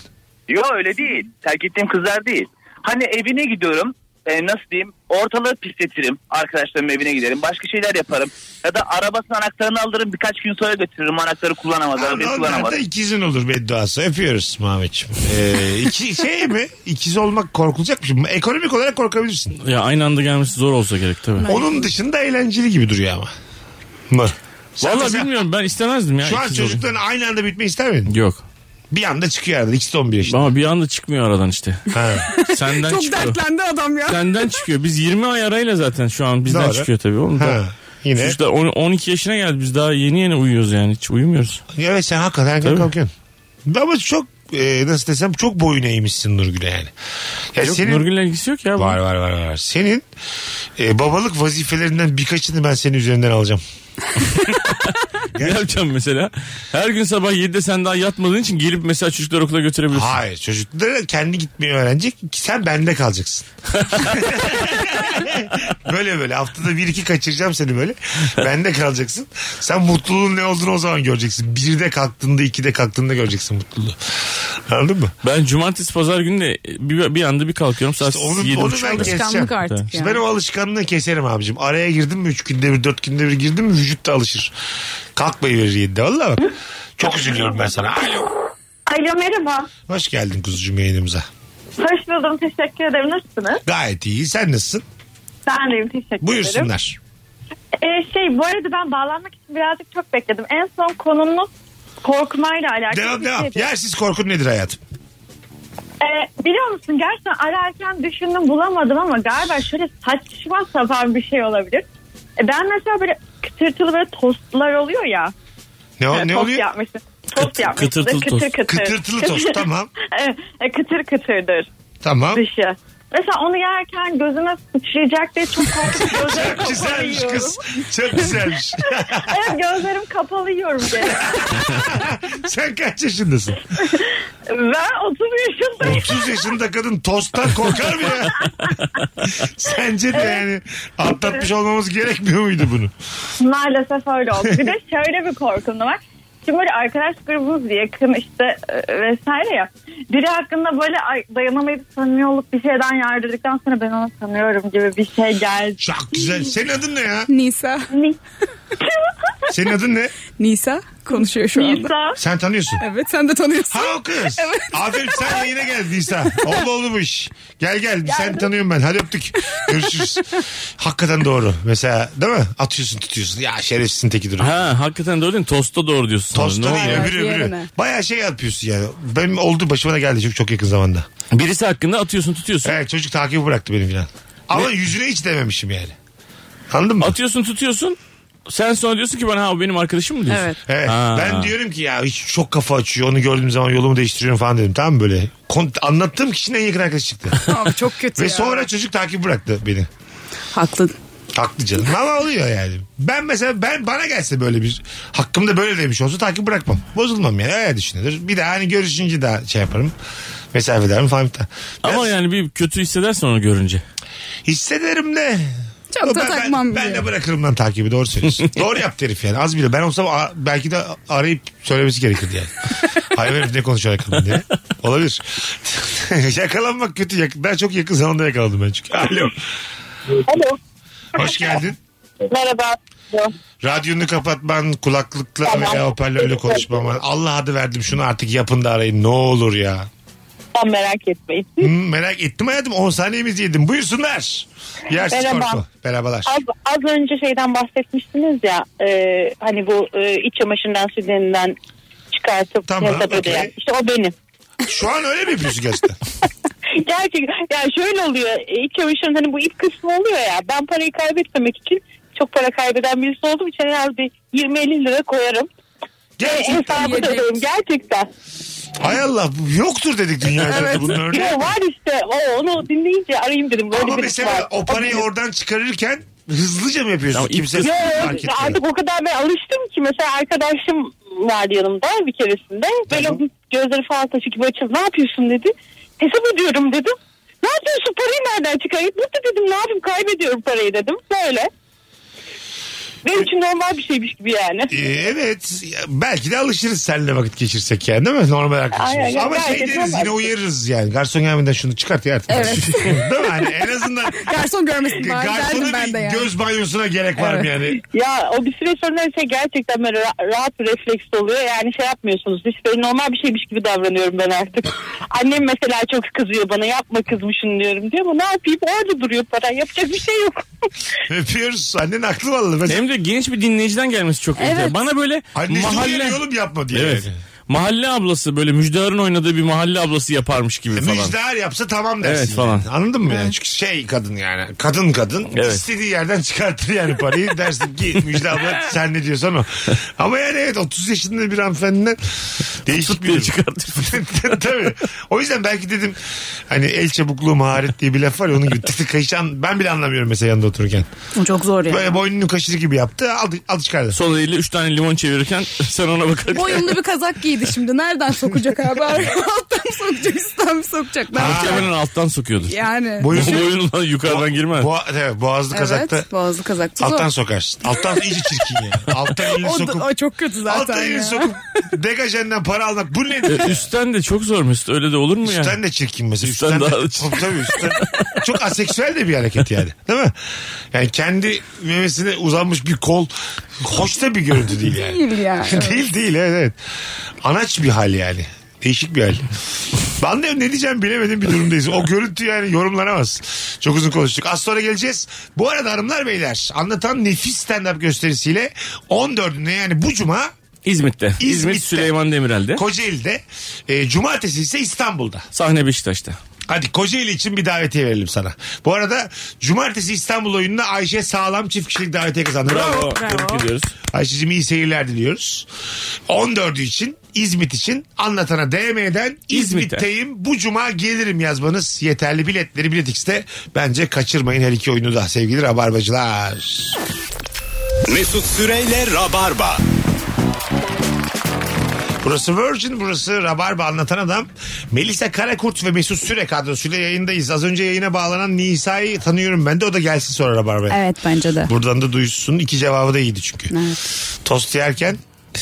Yok öyle değil. Terk ettiğim kızlar değil. Hani evine gidiyorum. e, nasıl diyeyim? Ortalığı pisletirim. Arkadaşlarımın evine giderim. Başka şeyler yaparım. Ya da arabasının anahtarını alırım. Birkaç gün sonra götürürüm. Anahtarı kullanamaz. Arabayı Onlar da kullanamaz. ikizin olur bedduası. Öpüyoruz Muhammedciğim. Ee, iki, şey mi? İkiz olmak korkulacak bir şey mi? Ekonomik olarak korkabilirsin. Ya aynı anda gelmesi zor olsa gerek tabii. Onun dışında eğlenceli gibi duruyor ama. Sen Valla mesela- bilmiyorum ben istemezdim ya. Şu an ikiz olayım. çocukların aynı anda bitmek ister miydin? Yok. Bir anda çıkıyor arada. İkisi de 11 yaşında. Ama bir anda çıkmıyor aradan işte. Senden Çok çıkıyor. dertlendi adam ya. Senden çıkıyor. Biz 20 ay arayla zaten şu an bizden Doğru. çıkıyor tabii oğlum. Ha, Da. yine. Çocuklar on- 12 yaşına geldi. Biz daha yeni yeni uyuyoruz yani. Hiç uyumuyoruz. Evet sen hakikaten erken Tabii. kalkıyorsun. Ama çok e, nasıl desem çok boyun eğmişsin Nurgül'e yani. Ya Yok, Nurgül'le ilgisi yok ya. Var var var var. Senin e, babalık vazifelerinden birkaçını ben senin üzerinden alacağım. ne yapacağım mesela? Her gün sabah 7'de sen daha yatmadığın için gelip mesela çocukları okula götürebilirsin. Hayır çocuklar kendi gitmeyi öğrenecek. Sen bende kalacaksın. böyle böyle haftada bir iki kaçıracağım seni böyle. Bende kalacaksın. Sen mutluluğun ne olduğunu o zaman göreceksin. Birde kalktığında ikide kalktığında göreceksin mutluluğu. Anladın mı? Ben cumartesi pazar günü de bir, bir anda bir kalkıyorum saat İşte onu, 7.30. onu ben keseceğim. artık İşte şey- Ben o alışkanlığı keserim abicim. Araya girdim mi 3 günde bir 4 günde bir girdim mi vücut da alışır. Kalkmayı verir yedide valla bak. Çok üzülüyorum ben sana. Alo. Alo merhaba. Hoş geldin kuzucuğum yayınımıza. Hoş buldum. Teşekkür ederim. Nasılsınız? Gayet iyi. Sen nasılsın? Ben deyim teşekkür ederim. Buyursunlar. Ee, şey bu arada ben bağlanmak için birazcık çok bekledim. En son konumuz korkmayla alakalı Devam bir devam. şeydi. Yersiz korkun nedir hayatım? Ee, biliyor musun gerçekten ararken düşündüm bulamadım ama galiba şöyle saçma sapan bir şey olabilir. Ee, ben mesela böyle kıtırtılı böyle tostlar oluyor ya. Ne, o- Ee, ne tost oluyor? yapmıştım. Tost yapmıştım. kıtırtılı kıtır tost. Kıtır. Kıtırtılı tost, tamam. Ee, e, kıtır kıtırdır. Tamam. Dışı. Mesela onu yerken gözüme sıçrayacak diye çok korkup gözlerim Çok kapalı güzelmiş yiyorum. kız. Çok güzelmiş. evet gözlerim kapalı yiyorum gene. Sen kaç yaşındasın? Ben 30 yaşındayım. 30 yaşında kadın tosttan korkar mı ya? Sence de yani atlatmış olmamız gerekmiyor muydu bunu? Maalesef öyle oldu. Bir de şöyle bir korkum da var. Şimdi böyle arkadaş grubumuz diye yakın işte e, vesaire ya. Biri hakkında böyle ay, dayanamayıp samimi olup bir şeyden yardırdıktan sonra ben onu sanıyorum gibi bir şey geldi. Çok güzel. Senin adın ne ya? Nisa. Senin adın ne? Nisa konuşuyor şu anda. Nisa. Sen tanıyorsun. Evet sen de tanıyorsun. Ha o kız. Evet. Aferin sen de yine gel Nisa. Oldu oldu bu iş. Gel gel sen tanıyorum ben. Hadi öptük. Görüşürüz. Hakikaten doğru. Mesela değil mi? Atıyorsun tutuyorsun. Ya şerefsizin teki duruyor. Ha hakikaten doğru değil mi? Tosta doğru diyorsun. Tosta Ne değil oluyor? öbürü öbürü. Baya şey yapıyorsun yani. Benim oldu başıma da geldi çok çok yakın zamanda. Birisi hakkında atıyorsun tutuyorsun. Evet çocuk takibi bıraktı benim filan. Ama yüzüne hiç dememişim yani. Anladın mı? Atıyorsun tutuyorsun. Sen sonra diyorsun ki bana ha o benim arkadaşım mı diyorsun? Evet. Ha. Ben diyorum ki ya hiç çok kafa açıyor. Onu gördüğüm zaman yolumu değiştiriyorum falan dedim. Tamam mı böyle? Kon- anlattığım kişinin en yakın arkadaşı çıktı. Abi çok kötü Ve ya. sonra çocuk takip bıraktı beni. Haklı. Haklı canım. Ama oluyor yani. Ben mesela ben bana gelse böyle bir hakkımda böyle demiş olsa takip bırakmam. Bozulmam yani. Öyle düşünülür. Bir daha hani görüşünce daha şey yaparım. Mesafelerim falan. filan. Ama yani bir kötü hissedersin onu görünce. Hissederim de. Çok da ben, takmam ben, ben bile. de bırakırım lan takibi doğru söylüyorsun. doğru yaptı herif yani az bile. Ben olsam a- belki de arayıp söylemesi gerekirdi yani. Hayır herif ne konuşuyor arkamda diye. Olabilir. Yakalanmak kötü. Yak- Ben çok yakın zamanda yakaladım ben çünkü. Alo. Alo. Hoş geldin. Merhaba. Radyonu kapatman, kulaklıkla veya hoparlörle konuşmaman. Allah adı verdim şunu artık yapın da arayın ne olur ya. Tam merak etmeyin. Hmm, merak ettim hayatım 10 saniyemizi yedim. Buyursunlar. Yersiz Merhaba. korku. Merhabalar. Az, az önce şeyden bahsetmiştiniz ya e, hani bu e, iç çamaşırından sütlerinden çıkartıp Tamam, hesap okey. ödeyen. İşte o benim. Şu an öyle mi yapıyorsun gerçekten? Gerçekten yani şöyle oluyor e, iç çamaşırın hani bu ip kısmı oluyor ya ben parayı kaybetmemek için çok para kaybeden birisi olduğum için en az bir 20-50 lira koyarım. Gerçekten. Ve hesabı da öderim gerçekten. Hay Allah bu yoktur dedik dünya üzerinde bunun örneği. Yo, var işte o, onu dinleyince arayayım dedim. Böyle Ama birisi var. mesela o parayı oradan çıkarırken hızlıca mı yapıyorsun? Kimse Yok, fark etmiyor. artık o kadar ben alıştım ki mesela arkadaşım vardı yanımda bir keresinde. Böyle gözleri falan taşı gibi açıldı. Ne yapıyorsun dedi. Hesap ödüyorum dedim. Ne yapıyorsun parayı nereden çıkarayım? Mutlu dedim ne yapayım kaybediyorum parayı dedim. Böyle. Benim için normal bir şeymiş gibi yani. Ee, Evet ya, belki de alışırız seninle vakit geçirsek yani değil mi? Normal Aynen, arkadaşımız. ya, Ama şey gayet deriz normal. yine uyarırız yani. Garson gelmeden şunu çıkart ya artık. Evet. değil mi? Hani en azından Garson görmesin bari garsona derdim ben bir de yani. göz banyosuna gerek var mı Evet. yani? Ya o bir süre sonra şey gerçekten böyle ra- rahat bir refleks oluyor. Yani şey yapmıyorsunuz. Hiç böyle normal bir şeymiş gibi davranıyorum ben artık. Annem mesela çok kızıyor bana. Yapma kızmışın diyorum diyor ama ne yapayım? Orada duruyor para. Yapacak bir şey yok. Öpüyoruz. Annen haklı vallahi. Mesela... Hem de genç bir dinleyiciden gelmesi çok Evet. enteresan. Bana böyle Annesi mahalle... uyarıyor oğlum yapma diye. Evet. Mahalle ablası böyle Müjdar'ın oynadığı bir mahalle ablası yaparmış E, gibi falan. Müjdar yapsa tamam dersin. Evet, falan. yani. Anladın mı yani? Çünkü şey kadın yani. Kadın kadın Evet. istediği yerden çıkartır yani parayı. dersin ki Müjde abla sen ne diyorsan o. Ama yani evet 30 yaşında bir hanımefendiden değişik bir çıkartır. Tabii. O yüzden belki dedim hani el çabukluğu maharet diye bir laf var ya onun gibi tık tık kaşıyan ben bile anlamıyorum mesela yanında otururken. Çok zor ya. Böyle boynunu kaşır gibi yaptı aldı, aldı çıkardı. Sol eliyle 3 tane limon çevirirken sen ona bakarken. Boyunlu bir kazak giydi şimdi. Nereden sokacak abi? Alttan mı sokacak, üstten mi sokacak? Ne yapacak? Muhtemelen alttan sokuyordu. Yani. Boyun, Düşün. boyundan yukarıdan girmez. Boğa, evet, boğazlı kazakta Evet, boğazlı kazakta zor. alttan sokarsın. Alttan iyice çirkin yani. Alttan elini O, sokup da- o çok kötü zaten Alttan elini ya. sokup degajenden para almak bu nedir? E, üstten de çok zor Mesut. Öyle de olur mu yani? Üstten de çirkin mesela. Üstten Üstten, daha de, Tabii, tabii üstten. Çok aseksüel de bir hareket yani. Değil mi? Yani kendi memesine uzanmış bir kol hoş da bir görüntü değil yani. Değil ya, evet. değil değil evet, evet. Anaç bir hal yani. Değişik bir hal. Ben de ne diyeceğim bilemedim bir durumdayız. O görüntü yani yorumlanamaz. Çok uzun konuştuk. Az sonra geleceğiz. Bu arada hanımlar beyler anlatan nefis stand-up gösterisiyle 14'üne yani bu cuma İzmit'te. İzmit, Süleyman Demirel'de. Kocaeli'de. E, cumartesi ise İstanbul'da. Sahne Beşiktaş'ta. Hadi Kocaeli için bir davetiye verelim sana. Bu arada cumartesi İstanbul oyununa Ayşe Sağlam çift kişilik davetiye kazandı. Bravo. Tebrik ediyoruz. Ayşe'cim iyi seyirler diliyoruz. 14'ü için İzmit için anlatana DM'den İzmit'teyim bu cuma gelirim yazmanız yeterli biletleri Bilet X'te bence kaçırmayın her iki oyunu da sevgili rabarbacılar. Mesut Süreyle Rabarba. Burası Virgin, burası Rabarba anlatan adam. Melisa Karakurt ve Mesut Süre kadrosuyla yayındayız. Az önce yayına bağlanan Nisa'yı tanıyorum ben de. O da gelsin sonra Rabarba'ya. Evet bence de. Buradan da duysun. İki cevabı da iyiydi çünkü. Tost yerken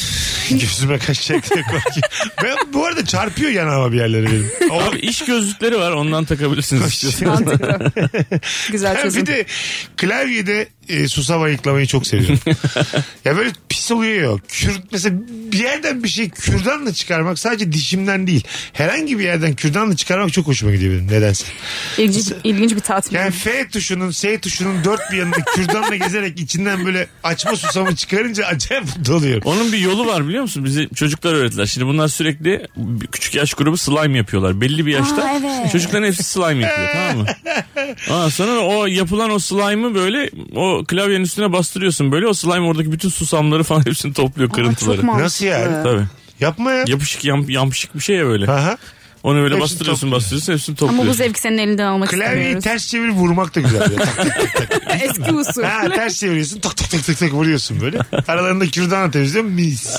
gözüme kaçacak diye korkuyorum. ben, bu arada çarpıyor yanağıma bir yerlere benim. O- Abi iş gözlükleri var ondan takabilirsiniz istiyorsanız. Güzel Ben çözüm. bir de klavyede e, susam ayıklamayı çok seviyorum. ya böyle pis oluyor ya. Kür, mesela bir yerden bir şey kürdanla çıkarmak sadece dişimden değil. Herhangi bir yerden kürdanla çıkarmak çok hoşuma gidiyor benim nedense. İlginç, ilginç bir tatil. Yani F tuşunun S tuşunun dört bir yanında kürdanla gezerek içinden böyle açma susamı çıkarınca acayip mutlu oluyorum. Onun bir yolu var biliyor musun? Bize çocuklar öğrettiler. Şimdi bunlar sürekli bir küçük yaş grubu slime yapıyorlar. Belli bir yaşta Aa, evet. çocukların hepsi slime yapıyor tamam mı? Aa, sonra o yapılan o slime'ı böyle o klavyenin üstüne bastırıyorsun. Böyle o slime oradaki bütün susamları falan hepsini topluyor kırıntıları. mantıklı. Nasıl yani? Tabii. Yapma ya. Yapışık yam, yampışık bir şey ya böyle. Onu böyle bastırıyorsun bastırıyorsun hepsini topluyor. Ama bu zevki senin elinden almak Klavyeyi istemiyoruz. ters çevir vurmak da güzel. ya. Eski usul. Ha, ters çeviriyorsun tak tak tak tak tak vuruyorsun böyle. Aralarında kürdanla temizliyorum mis.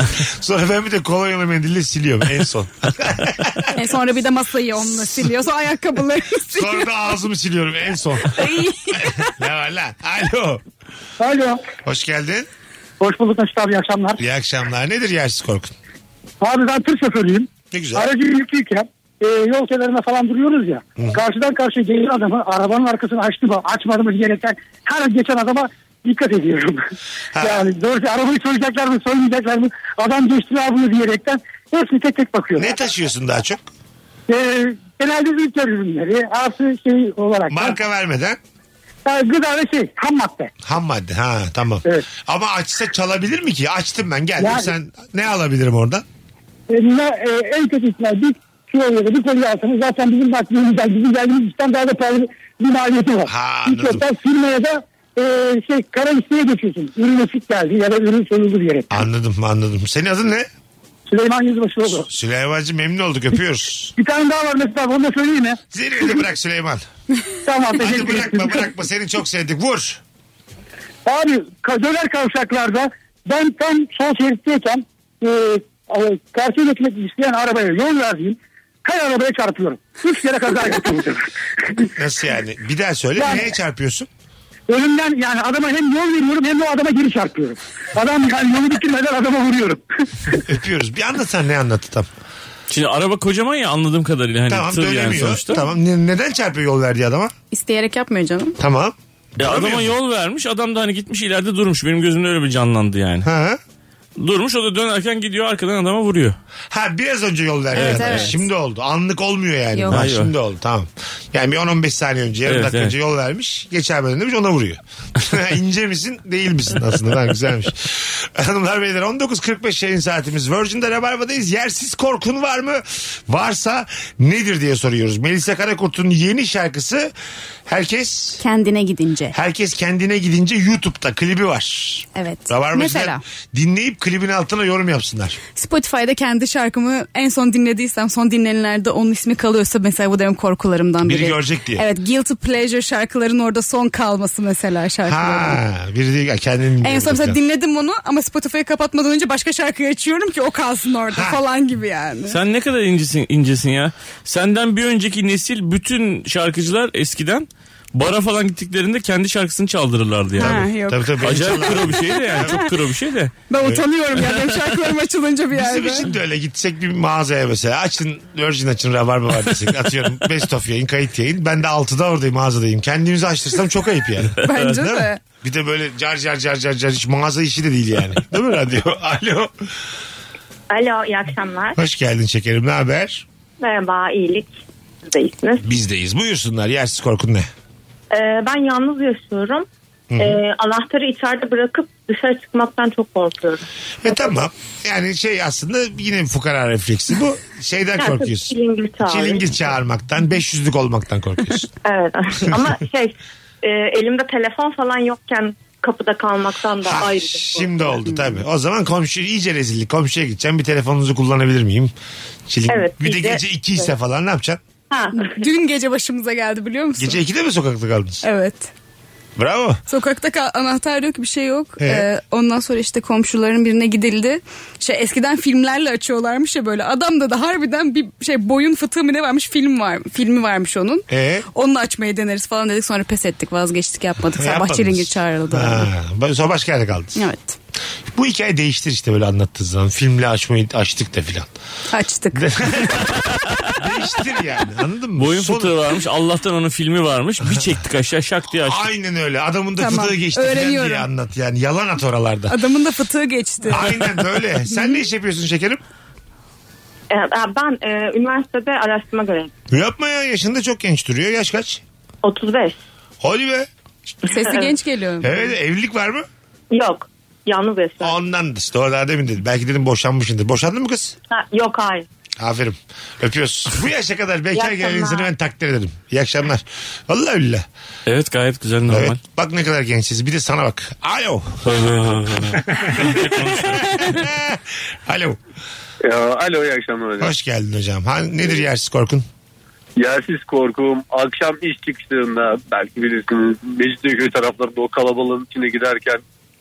Sonra ben bir de kolonyalı mendille siliyorum en son. E, sonra bir de masayı onunla siliyor. Sonra ayakkabıları siliyor. Sonra da ağzımı siliyorum en son. ne var lan? Alo. Alo. Hoş geldin. Hoş bulduk Mesut abi iyi akşamlar. İyi akşamlar. Nedir yersiz korkun? Abi ben tır şoförüyüm. Ne güzel. Aracı yüklüyken e, yol kenarına falan duruyoruz ya. Karşıdan karşıya gelen adamı arabanın arkasını açtı mı açmadı mı diyerekten her geçen adama dikkat ediyorum. yani doğrusu arabayı soyacaklar mı soymayacaklar mı adam geçti mi abi diyerekten hepsini tek tek bakıyorum. Ne taşıyorsun daha çok? E, genelde ülke ürünleri artı şey olarak. Marka vermeden? Yani gıda ve şey ham madde. Ham madde. Ha tamam. Ama açsa çalabilir mi ki? Açtım ben geldim. Yani- Sen ne alabilirim oradan? Eline, e, en kötü ihtimal bir kilo ya da bir kolye alsanız zaten bizim baktığımızdan bizim geldiğimiz işten daha da pahalı bir maliyeti var. Ha, Hiç yoktan firmaya da e, şey kara listeye geçiyorsun. Ürün eksik geldi ya da ürün soyuldu diyerek. Anladım anladım. Senin adın ne? Süleyman Yüzbaşı oldu. Süleyman'cığım memnun olduk öpüyoruz. Bir tane daha var mesela onu da söyleyeyim mi? Zirvede bırak Süleyman. Tamam teşekkür Hadi ederim. bırakma bırakma seni çok sevdik vur. Abi ka- döner kavşaklarda ben tam sol şeritteyken e, e, karşıya geçmek isteyen arabaya yol verdiğim her arabaya çarpıyorum. Üç kere kaza yapıyorum. Nasıl yani? Bir daha söyle Yani- neye çarpıyorsun? Önümden yani adama hem yol veriyorum hem de o adama geri çarpıyorum. Adam yani yolu bitirmeden adama vuruyorum. Öpüyoruz. Bir anlat sen ne anlattı tam. Şimdi araba kocaman ya anladığım kadarıyla. Hani tamam tır yani dönemiyor. sonuçta. tamam ne- neden çarpıyor yol verdiği adama? İsteyerek yapmıyor canım. Tamam. Ya Duramıyor E, adama mu? yol vermiş adam da hani gitmiş ileride durmuş. Benim gözümde öyle bir canlandı yani. Durmuş o da dönerken gidiyor arkadan adama vuruyor. Ha biraz önce yol verdi. Evet, adama. evet. Şimdi oldu. Anlık olmuyor yani. Yok. Ha, Hayır. şimdi oldu tamam. Yani bir 10-15 saniye önce yarım Evet, dakika evet. önce yol vermiş. Geçemeden demiş ona vuruyor. İnce misin değil misin aslında. Ha, güzelmiş. Hanımlar beyler 19.45 yayın saatimiz. Virgin'de Rabarba'dayız. Yersiz korkun var mı? Varsa nedir diye soruyoruz. Melisa Karakurt'un yeni şarkısı herkes Kendine gidince. herkes kendine gidince YouTube'da klibi var. Evet. Rabarbacılar Mesela. dinleyip klibin altına yorum yapsınlar. Spotify'da kendi şarkımı en son dinlediysem son dinlenenlerde onun ismi kalıyorsa mesela bu da benim korkularımdan Biri biri. görecek diye. Evet Guilty Pleasure şarkıların orada son kalması mesela şarkıların. Ha, biri değil kendini En son mesela dinledim onu ama Spotify'ı kapatmadan önce başka şarkıyı açıyorum ki o kalsın orada falan gibi yani. Sen ne kadar incesin incesin ya. Senden bir önceki nesil bütün şarkıcılar eskiden bara falan gittiklerinde kendi şarkısını çaldırırlardı yani. Ha, yok. Tabii, tabii. Acayip kro bir şey de yani çok kro bir şey de. Ben utanıyorum ya benim şarkılarım açılınca bir Bizim yerde. için de şey. öyle gitsek bir mağazaya mesela açın Virgin açın Rabarba var desek atıyorum best of yayın kayıt yayın ben de 6'da oradayım mağazadayım kendimizi açtırsam çok ayıp yani. Bence Değil mi? de. Bir de böyle car car car car car hiç mağaza işi de değil yani. Değil mi radyo? Alo. Alo iyi akşamlar. Hoş geldin şekerim ne haber? Merhaba, iyilik. Siz de iyisiniz. Bizdeyiz. Buyursunlar. Yersiz korkun ne? Ee, ben yalnız yaşıyorum. Hı hı. Ee, anahtarı içeride bırakıp dışarı çıkmaktan çok korkuyorum. E tamam. Yani şey aslında yine bir fukara refleksi bu. Şeyden Yani tabii korkuyorsun. çilingir çağırıyor. Çilingir çağırmaktan, 500'lük olmaktan korkuyorsun. Evet ama şey e, elimde telefon falan yokken kapıda kalmaktan da ayrı. Şimdi oldu tabii. O zaman komşu iyice rezillik. Komşuya gideceğim bir telefonunuzu kullanabilir miyim? Çilingir. Evet, bir de bir de- gece 2 ise falan ne yapacaksın? Ha. Dün gece başımıza geldi biliyor musun? Gece 2'de mi sokakta kaldınız? Evet. Bravo. Sokakta kal- anahtar yok bir şey yok. Ee? Ee, ondan sonra işte komşuların birine gidildi. Şey eskiden filmlerle açıyorlarmış ya böyle. Adamda da harbiden bir şey boyun fıtığı mı ne varmış film var filmi varmış onun. Ee? Onunla açmayı deneriz falan dedik sonra pes ettik vazgeçtik yapmadık. Sabah Yapmadınız. çilingir çağrıldı. Ha, ba- sonra başka yerde kaldınız. Evet. Bu hikaye değiştir işte böyle anlattığı zaman. Filmle açmayı açtık da filan. Açtık. Değiştir yani anladın mı? Boyun Son- fıtığı varmış. Allah'tan onun filmi varmış. Bir çektik aşağı şak diye açtık. Aynen öyle. Adamın da Tamam, fıtığı geçti filan öğreniyorum. diye anlat yani. Yalan at oralarda. Adamın da fıtığı geçti. Aynen böyle. Sen ne iş yapıyorsun şekerim? Ee, ben e, üniversitede araştırma görevliyim. Yapma ya yaşında çok genç duruyor. Yaş kaç? 35. Hadi be. Sesi genç geliyor. Evet evlilik var mı? Yok. Yalnız yaşıyorum. Ondan işte orada demin dedim. Belki dedim boşanmışsındır. Boşandın mı kız? Ha, yok hayır. Aferin. Öpüyoruz. Bu yaşa kadar bekar İyi gelen akşamlar. insanı ben takdir ederim. İyi akşamlar. Vallahi billah. Evet gayet güzel normal. Evet. Bak ne kadar gençsiz. Bir de sana bak. Alo. Alo. Ya, alo iyi akşamlar hocam. Hoş geldin hocam. Ha, nedir yersiz korkun? Yersiz korkum akşam iş çıkışlarında belki bilirsiniz Mecidiyeköy taraflarında o kalabalığın içine giderken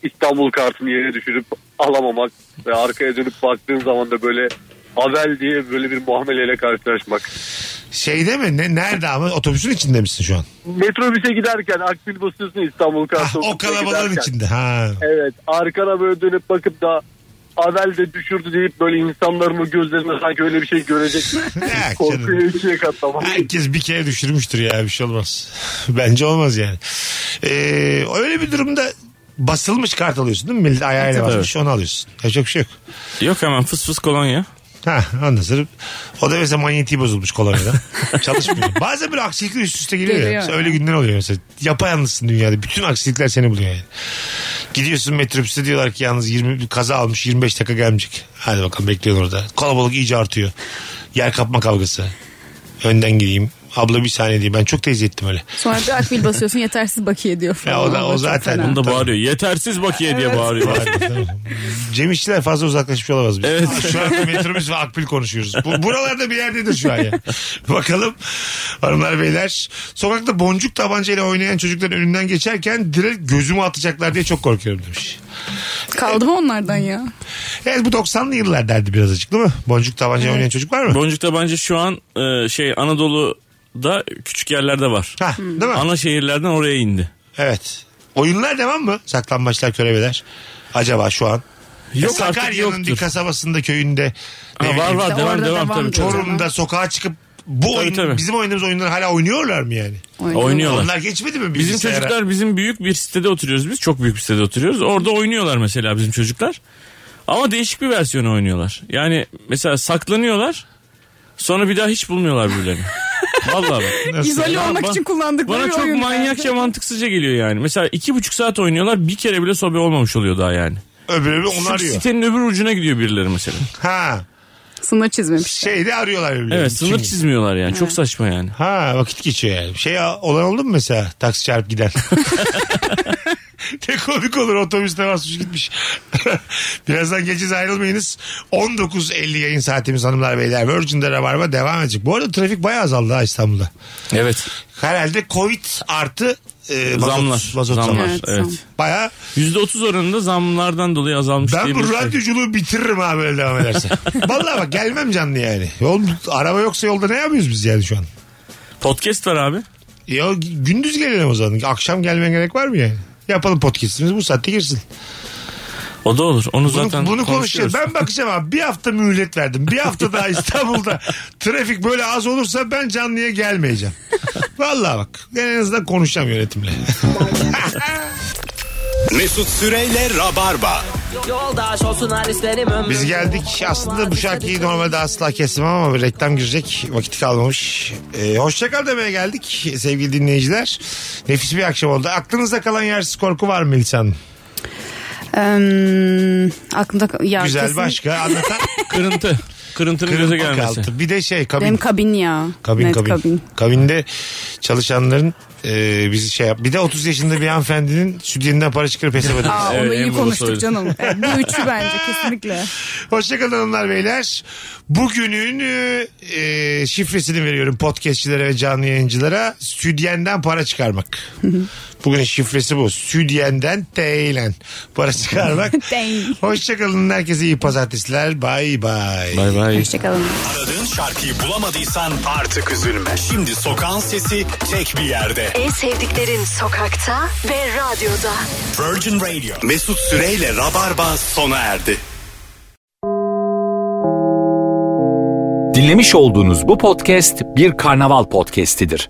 İstanbul kartını yere düşürüp alamamak ve arkaya dönüp baktığın zaman da böyle haber diye böyle bir muameleyle karşılaşmak. Şeyde mi? Ne, nerede ama? Otobüsün içinde misin şu an? Ah, Metrobüse giderken akbil basıyorsun İstanbul kartı. O kalabalığın içinde. Ha. Evet arkana böyle dönüp bakıp da Avel de düşürdü deyip böyle insanların o gözlerine sanki öyle bir şey görecek. Korkuyu içine katlamak. Herkes bir kere düşürmüştür ya bir şey olmaz. Bence olmaz yani. Ee, öyle bir durumda basılmış kart alıyorsun değil mi? Millet ayağıyla Tabii. basmış onu alıyorsun. Yapacak bir şey yok. Yok hemen fıs fıs kolonya. Ha ondan sonra o da mesela manyetiği bozulmuş kolonyada. Çalışmıyor. Bazen böyle aksilikler üst üste geliyor. ya. Geliyor. Mesela öyle günler oluyor mesela. Yapayalnızsın dünyada. Bütün aksilikler seni buluyor yani. Gidiyorsun metrobüste diyorlar ki yalnız 20 bir kaza almış 25 dakika gelmeyecek. Hadi bakalım bekliyorsun orada. Kalabalık iyice artıyor. Yer kapma kavgası. Önden gireyim. Abla bir saniye diyeyim. Ben çok teyze ettim öyle. Sonra bir akbil basıyorsun yetersiz bakiye diyor falan. Ya o da- o çok zaten- fena. Onu da bağırıyor. Yetersiz bakiye diye Evet. bağırıyor. Cem İşçiler fazla uzaklaşmış olamaz. Biz. Evet. Şu an metrobüs ve akbil konuşuyoruz. Bu, buralarda bir yerdedir şu an ya. Bakalım hanımlar beyler. Sokakta boncuk tabancayla oynayan çocukların önünden geçerken direkt gözümü atacaklar diye çok korkuyorum demiş. Kaldı mı onlardan ya? Evet bu 90'lı yıllar derdi birazcık değil mi? Boncuk tabanca oynayan çocuk var mı? Boncuk tabanca şu an e, şey Anadolu'da küçük yerlerde var. değil mi? Ana şehirlerden oraya indi. Evet. Oyunlar devam mı? Saklanmaçlar, körebeler. Acaba şu an? Yok, Ya Sakarya'nın artık bir kasabasında, köyünde. Ha, ne var, bileyim, var, devam, Orada devam, devam tabii, tabii. Çorum'da sokağa çıkıp bu Tabii, oyun, tabii. bizim oynadığımız oyunları hala oynuyorlar mı yani? Oynuyorlar. Oynuyorlar. Onlar geçmedi Bizim mi bilgisayara? çocuklar bizim büyük bir sitede oturuyoruz biz. Çok büyük bir sitede oturuyoruz. Orada oynuyorlar mesela bizim çocuklar. Ama değişik bir versiyonu oynuyorlar. Yani mesela saklanıyorlar. Sonra bir daha hiç bulmuyorlar birbirlerini. Vallahi bak. Nasıl? İzole olmak Ba- için kullandıkları Bana bir çok şey- oyun manyakça mantıksızca geliyor yani. Mesela iki buçuk saat oynuyorlar bir kere bile sobe olmamış oluyor daha yani. Öbürü onu Şu arıyor. Sitenin öbür ucuna gidiyor birileri mesela. Ha. Sınır çizmemiş. Şeyde arıyorlar birbirlerini. Evet sınır Çünkü- çizmiyorlar yani. Çok saçma yani. Ha vakit geçiyor yani. Şey a- olan oldu mu mesela taksi çarpıp giden? ne komik olur otobüste basmış gitmiş. Birazdan geleceğiz ayrılmayınız. 19.50 yayın saatimiz hanımlar beyler. Virgin'de Rabarba devam edecek. Bu arada trafik bayağı azaldı ha İstanbul'da. Evet. Herhalde Covid artı e, mazot, zamlar. mazot zamlar. zamı. Evet. Bayağı. %30 oranında zamlardan dolayı azalmış Ben diye bu bir- radyoculuğu bitiririm abi böyle devam ederse. Vallahi bak gelmem canlı yani. Yol, araba yoksa yolda ne yapıyoruz biz yani şu an? Podcast var abi. Ya gündüz gelelim o zaman. Akşam gelmeye gerek var mı yani? Yapalım podcast'imiz bu saatte girsin. O da olur. Onu Bunu, zaten bunu konuşacağız. konuşuyoruz. Ben bakacağım abi. Bir hafta mühlet verdim. Bir hafta daha İstanbul'da trafik böyle az olursa ben canlıya gelmeyeceğim. Vallahi bak. Ben en azından konuşacağım yönetimle. Mesut Süreyle Rabarba. Yoldaş olsun her isterim ömrüm. Biz geldik. Aslında bu şarkıyı normalde asla kesmem ama bir reklam girecek. Vakit kalmamış. Ee, hoşça kal demeye geldik sevgili dinleyiciler. Nefis bir akşam oldu. Aklınızda kalan yersiz korku var mı Melisa Hanım? Em, aklımda ya Güzel kesin- başka anlatan. Kırıntı. Kırıntının göze gelmesi. Bir de şey kabin. Benim kabin ya. Kabin Net kabin. Kabinde çalışanların e, bizi şey yap. Bir de 30 yaşında bir hanımefendinin sütyeninden para çıkarıp hesap ödemesi. Aa, onu iyi konuştuk canım. Evet, bu üçü bence kesinlikle. Hoşçakalın hanımlar beyler. Bugünün e, e, şifresini veriyorum podcastçilere ve canlı yayıncılara. Südyenden para çıkarmak. Bugünün şifresi bu. Südyenden teylen para çıkarmak. Hoşçakalın herkese iyi pazartesiler. Bay bay. Bay bay. Hoşçakalın. Aradığın şarkıyı bulamadıysan artık üzülme. Şimdi Sokan Sesi tek bir yerde. En sevdiklerin sokakta ve radyoda. Virgin Radio. Mesut Süreyle Rabarba sona erdi. Dinlemiş olduğunuz bu podcast bir karnaval podcastidir.